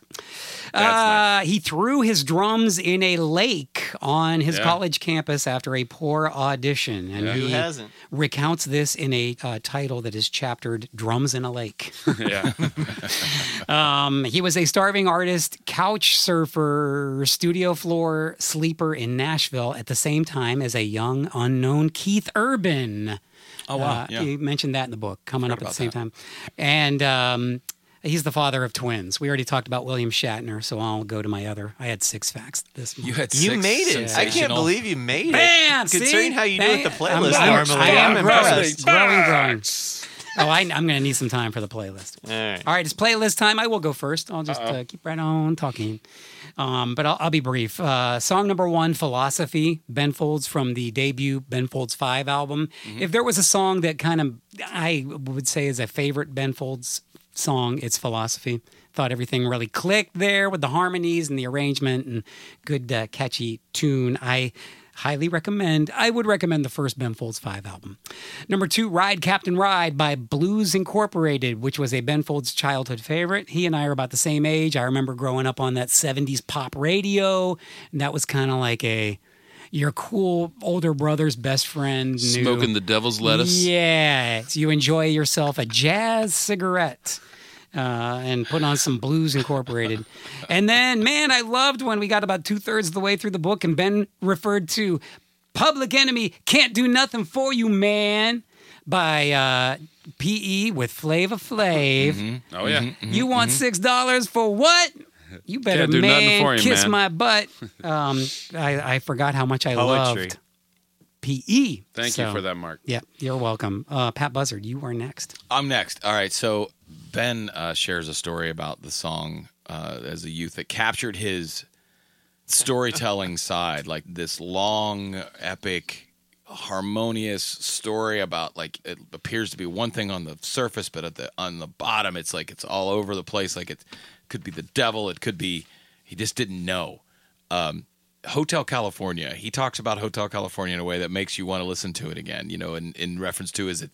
S1: Uh, He threw his drums in a lake on his
S4: Yeah.
S1: college campus after a poor audition. And
S4: Yeah.
S1: he
S2: Who hasn't?
S1: recounts this in a uh, title that is chaptered Drums in a Lake.
S4: yeah.
S1: Um, he was a starving artist, couch surfer, studio floor sleeper in Nashville at the same time as a young unknown Keith Urban.
S3: oh,
S1: Uh, You mentioned that in the book, coming up at the same time. And um, he's the father of twins. We already talked about William Shatner, so I'll go to my other. I had six facts this
S3: You
S1: morning.
S3: had
S2: You
S3: six
S2: made it. I can't
S3: sensational-
S2: believe you made it.
S1: Man, see?
S2: Considering how you do with the
S1: Man,
S2: playlist
S1: I'm,
S2: normally,
S1: I am
S2: I'm
S1: growing,
S2: impressed.
S1: growing, growing. Oh, I, I'm going to need some time for the playlist.
S2: All right.
S1: All right, it's playlist time. I will go first. I'll just uh, keep right on talking. Um, but I'll, I'll be brief. Uh, song number one, Philosophy, Ben Folds from the debut Ben Folds 5 album. If there was a song that kind of, I would say, is a favorite Ben Folds song, it's Philosophy. Thought everything really clicked there with the harmonies and the arrangement and good, uh, catchy tune. I highly recommend, I would recommend the first Ben Folds 5 album. Number two, Ride Captain Ride by Blues Incorporated, which was a Ben Folds childhood favorite. He and I are about the same age. I remember growing up on that 70s pop radio, and that was kind of like a your cool older brother's best friend. knew-
S4: Smoking the devil's lettuce.
S1: Yeah. So you enjoy yourself a jazz cigarette. Uh, and put on some Blues Incorporated. And then, man, I loved when we got about two thirds of the way through the book and Ben referred to Public Enemy Can't Do Nothing For You, Man by uh, PE with Flava Flav.
S4: Oh yeah.
S1: You want six dollars for what? You better
S4: Can't do nothing
S1: man
S4: for you,
S1: kiss
S4: man.
S1: my butt. Um, I, I forgot how much I
S2: Poetry.
S1: loved PE.
S4: Thank
S1: So,
S4: you for that, Mark.
S1: Yeah, you're welcome. Uh, Pat Buzzard, you are next.
S3: I'm next. All right. So Ben uh, shares a story about the song uh, as a youth that captured his storytelling side, like this long, epic, harmonious story about like it appears to be one thing on the surface, but at the on the bottom, it's like it's all over the place. Like it could be the devil. It could be he just didn't know. Hotel California. He talks about Hotel California in a way that makes you want to listen to it again. You know, in, in reference to his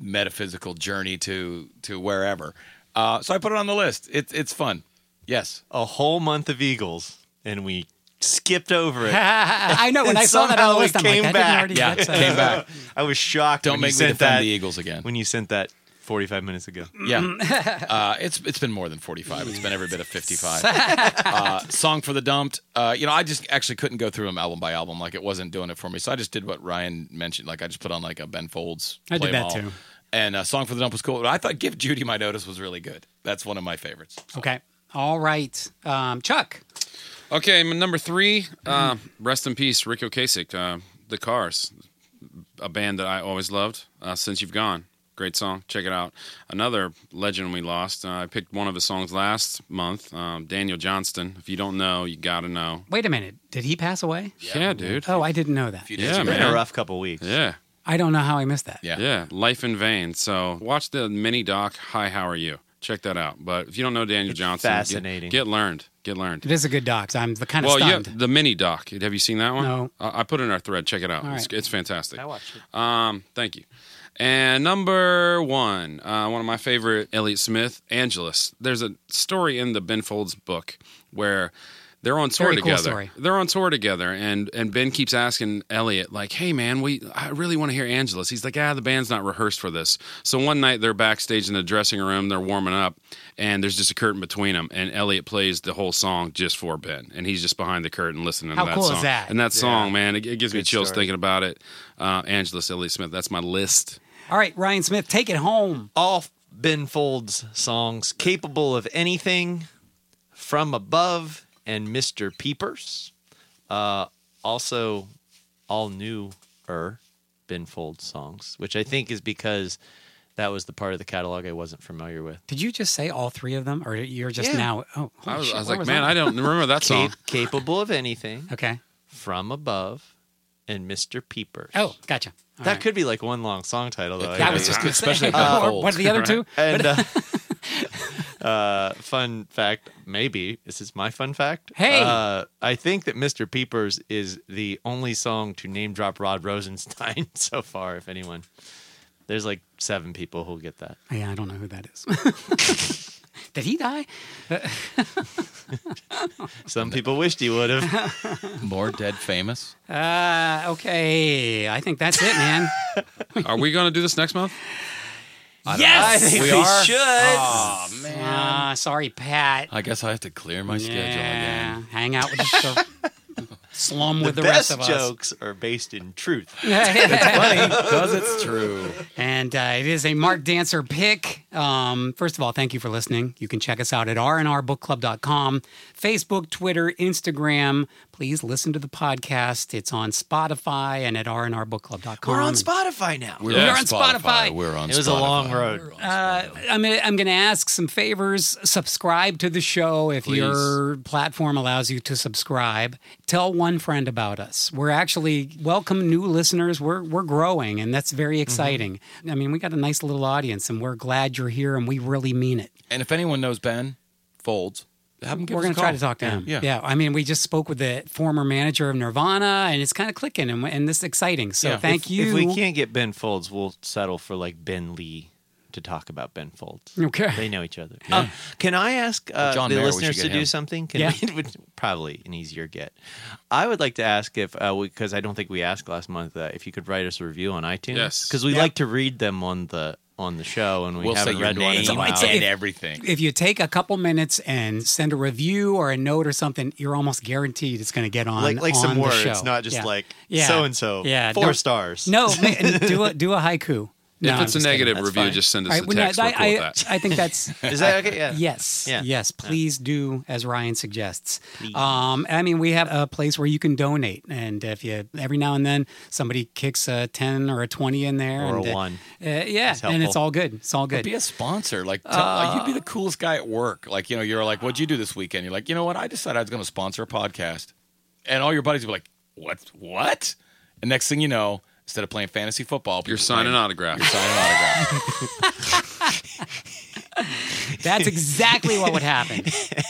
S3: metaphysical journey to to wherever. Uh, so I put it on the list. It's it's fun. Yes.
S2: A whole month of Eagles, and we skipped over it.
S1: I know when
S2: And
S1: I saw that on
S2: somehow
S1: the
S2: it
S1: list, I'm
S2: came
S1: like, that
S2: back.
S1: didn't already
S3: Yeah,
S1: that's a-
S3: came back.
S2: I was shocked.
S3: Don't
S2: when you
S3: make me
S2: sent
S3: defend
S2: that,
S3: the Eagles again.
S2: when you sent that 45 minutes ago.
S1: Mm-hmm.
S3: Yeah, uh, it's it's been more than forty five. It's been every bit of fifty five. uh, Song for the dumped. Uh, you know, I just actually couldn't go through them album by album. Like it wasn't doing it for me. So I just did what Ryan mentioned. Like I just put on like a Ben Folds.
S1: I did
S3: play 'em
S1: that
S3: all.
S1: too.
S3: And uh, song for the dump was cool. But I thought "Give Judy My Notice" was really good. That's one of my favorites.
S1: Okay. All right. Um, Chuck.
S4: Okay, my number three. Uh, rest in peace, Rick Ocasek. Uh, the Cars, a band that I always loved. Uh, Since you've gone, great song. Check it out. Another legend we lost. Uh, I picked one of his songs last month. Um, Daniel Johnston. If you don't know, you gotta know.
S1: Wait a minute. Did he pass away?
S4: Yeah, dude.
S1: Oh, I didn't know that.
S4: Yeah,
S2: It's been a
S4: man.
S2: rough couple weeks.
S4: Yeah.
S1: I don't know how I missed that.
S3: Yeah.
S4: Yeah, Life in Vain. So watch the mini doc. Hi, how are you? Check that out. But if you don't know Daniel
S2: It's
S4: Johnson, get-
S2: fascinating.
S4: Get, learned. Get learned.
S1: It is a good doc. so I'm the kind of
S4: Well, yeah,
S1: stunned.
S4: the mini doc. Have you seen that one?
S1: No.
S4: I, I put it in our thread. Check it out.
S1: All
S4: It's,
S1: right.
S4: it's fantastic.
S2: I watched it.
S4: Um, thank you. And number one, uh, one of my favorite, Elliot Smith, Angelus. There's a story in the Ben Folds book where they're on tour
S1: Very cool
S4: together.
S1: story.
S4: They're on tour together, and and Ben keeps asking Elliot, like, "Hey, man, we I really want to hear Angelus." He's like, "Ah, the band's not rehearsed for this." So one night they're backstage in the dressing room, they're warming up, and there's just a curtain between them, and Elliot plays the whole song just for Ben, and he's just behind the curtain listening
S1: How
S4: to that
S1: cool is
S4: song.
S1: that?
S4: And that song, man, it, it gives me
S2: Good
S4: chills
S2: story.
S4: thinking about it. Uh, Angela Elliott Smith, that's my list.
S1: All right, Ryan Smith, take it home.
S2: all Ben Folds songs capable of anything from above and Mr. Peepers. Uh, also, all newer Ben Folds songs, which I think is because that was the part of the catalog I wasn't familiar with.
S1: Did you just say all three of them, or you're just
S2: Yeah.
S1: now? Oh, holy
S4: I was,
S1: shit,
S4: I was
S1: where
S4: like, man, I don't remember that
S2: Cap-
S4: song.
S2: capable of anything
S1: Okay.
S2: from above and Mr. Peepers.
S1: Oh, gotcha. All
S2: that
S1: right.
S2: could be like one long song title, though. I
S1: That was
S2: guess.
S1: just gonna say.
S3: Especially about
S1: Or
S3: old.
S1: what are the other two?
S2: And uh, uh, fun fact, maybe this is my fun fact.
S1: Hey!
S2: uh, I think that Mr. Peepers is the only song to name drop Rod Rosenstein so far. If anyone, there's like seven people who'll get that.
S1: Yeah, I don't know who that is. Did he die?
S2: Some people wished he would have.
S3: More dead famous.
S1: Uh, okay, I think that's it, man.
S4: Are we going to do this next month?
S2: I
S1: yes.
S2: think
S3: We
S2: we,
S3: are?
S2: should.
S1: Ah, sorry, Pat.
S3: I guess I have to clear my schedule
S1: yeah,
S3: again.
S1: hang out with the slum
S2: the,
S1: with the, rest
S2: best
S1: of us.
S2: jokes are based in truth.
S3: Because it's true.
S1: And uh, it is a Mark Dancer pick. Um, first of all, thank you for listening. You can check us out at rnrbookclub.com, Facebook, Twitter, Instagram. Please listen to the podcast. It's on Spotify and at rnrbookclub.com.
S2: We're on Spotify now.
S3: We're
S4: Yeah.
S3: on
S4: We're
S1: on
S3: Spotify.
S1: Spotify.
S3: We're on
S2: it was a
S3: Spotify.
S2: long road.
S1: Uh, I'm, gonna- I'm going to ask some favors. Subscribe to the show if
S4: Please.
S1: your platform allows you to subscribe. Tell one friend about us. We're actually welcome new listeners. We're we're growing, and that's very
S3: Mm-hmm.
S1: exciting. I mean, we got a nice little audience, and we're glad you're here, and we really mean it.
S3: And if anyone knows Ben Folds, have him give
S1: we're
S3: us a
S1: going to try
S3: call.
S1: to talk to him.
S3: Yeah.
S1: I mean, we just spoke with the former manager of Nirvana, and it's kind of clicking, and, and this is exciting. So
S3: Yeah.
S1: thank
S2: if,
S1: you.
S2: If we can't get Ben Folds, we'll settle for like Ben Lee to talk about Ben Folds.
S1: Okay.
S2: They know each other. Um, can I ask uh,
S3: John
S2: the
S3: Mayer, we should
S2: listeners
S3: get
S2: to do
S3: him.
S2: something? Can
S1: Yeah.
S2: we- it would- probably an easier get. I would like to ask if, because I don't think we asked last month, uh, if you could write us a review on iTunes.
S4: Yes.
S2: Because we
S1: Yeah.
S2: like to read them on the on the show, and we
S3: We'll say
S2: haven't
S3: your
S2: read one
S3: name
S2: in a
S1: It's-
S2: while.
S1: it's-
S3: and everything.
S1: if you take a couple minutes and send a review or a note or something, you're almost guaranteed it's going to get on.
S2: like like
S1: on
S2: some
S1: the
S2: words,
S1: show.
S2: not just
S1: Yeah.
S2: like
S1: Yeah.
S2: so and so.
S1: Yeah,
S2: four
S1: don't-
S2: stars.
S1: No, ma- do a do a haiku. No,
S4: if it's
S1: I'm
S4: a
S1: just
S4: negative
S2: That's
S4: review,
S2: fine.
S4: just send
S1: kidding.
S4: us
S1: All well,
S4: a
S1: no,
S4: text. We're cool
S1: I,
S4: with
S1: I,
S4: that.
S1: I think that's
S2: is that okay? Yeah.
S1: yes,
S2: Yeah.
S1: yes. Please do as Ryan suggests. Um, I mean, we have a place where you can donate, and if you every now and then somebody kicks a ten or a twenty in there,
S2: Or a
S1: and, uh,
S2: one.
S1: uh, yeah, and
S2: helpful.
S1: it's all good. It's all good.
S3: Be a sponsor. Like, tell, like, you'd be the coolest guy at work. Like, you know, you're like, what'd you do this weekend? You're like, you know what? I decided I was going to sponsor a podcast. And all your buddies would be like, what? What? And next thing you know, instead of playing fantasy football,
S4: You're
S3: people
S4: signing
S3: playing- You're
S4: autographs.
S3: signing autographs.
S1: That's exactly what would happen.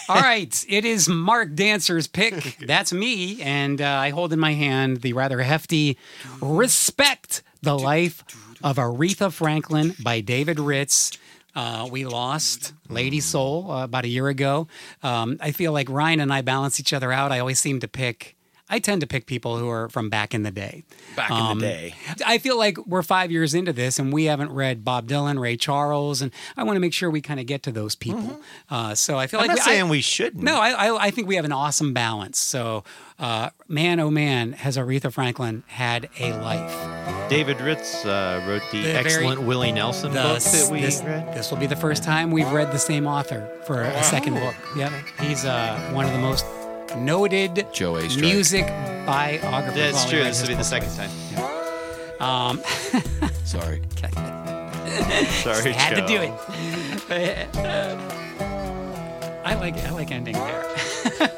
S1: All right, it is Mark Dancer's pick. That's me, and uh, I hold in my hand the rather hefty "Respect the Life of Aretha Franklin" by David Ritz. Uh, we lost Lady Soul uh, about a year ago. Um, I feel like Ryan and I balance each other out. I always seem to pick. I tend to pick people who are from back in the day.
S3: Back
S2: Um,
S3: in the day.
S1: I feel like we're five years into this and we haven't read Bob Dylan, Ray Charles, and I want to make sure we kind of get to those people. Uh, so I feel
S2: Mm-hmm. I'm
S1: like
S2: not
S1: we, I-
S2: saying we shouldn't.
S1: no, I, I I think we have an awesome balance. So, uh, man, oh man, has Aretha Franklin had a life?
S2: David Ritz uh, wrote the,
S1: very-
S2: excellent Willie Nelson book
S1: This-
S2: that we
S1: this,
S2: read.
S1: this will be the first time we've read the same author for a second book. Yep, he's uh, one of the most noted
S3: Joe A. Strike.
S1: music biographers.
S2: That's
S1: Well,
S2: true.
S1: he
S2: This will be the
S1: writes his
S2: second
S1: book. Um,
S2: time.
S3: Sorry.
S2: Sorry,
S1: Had to
S2: Joe.
S1: do Um, it. I like I like ending there.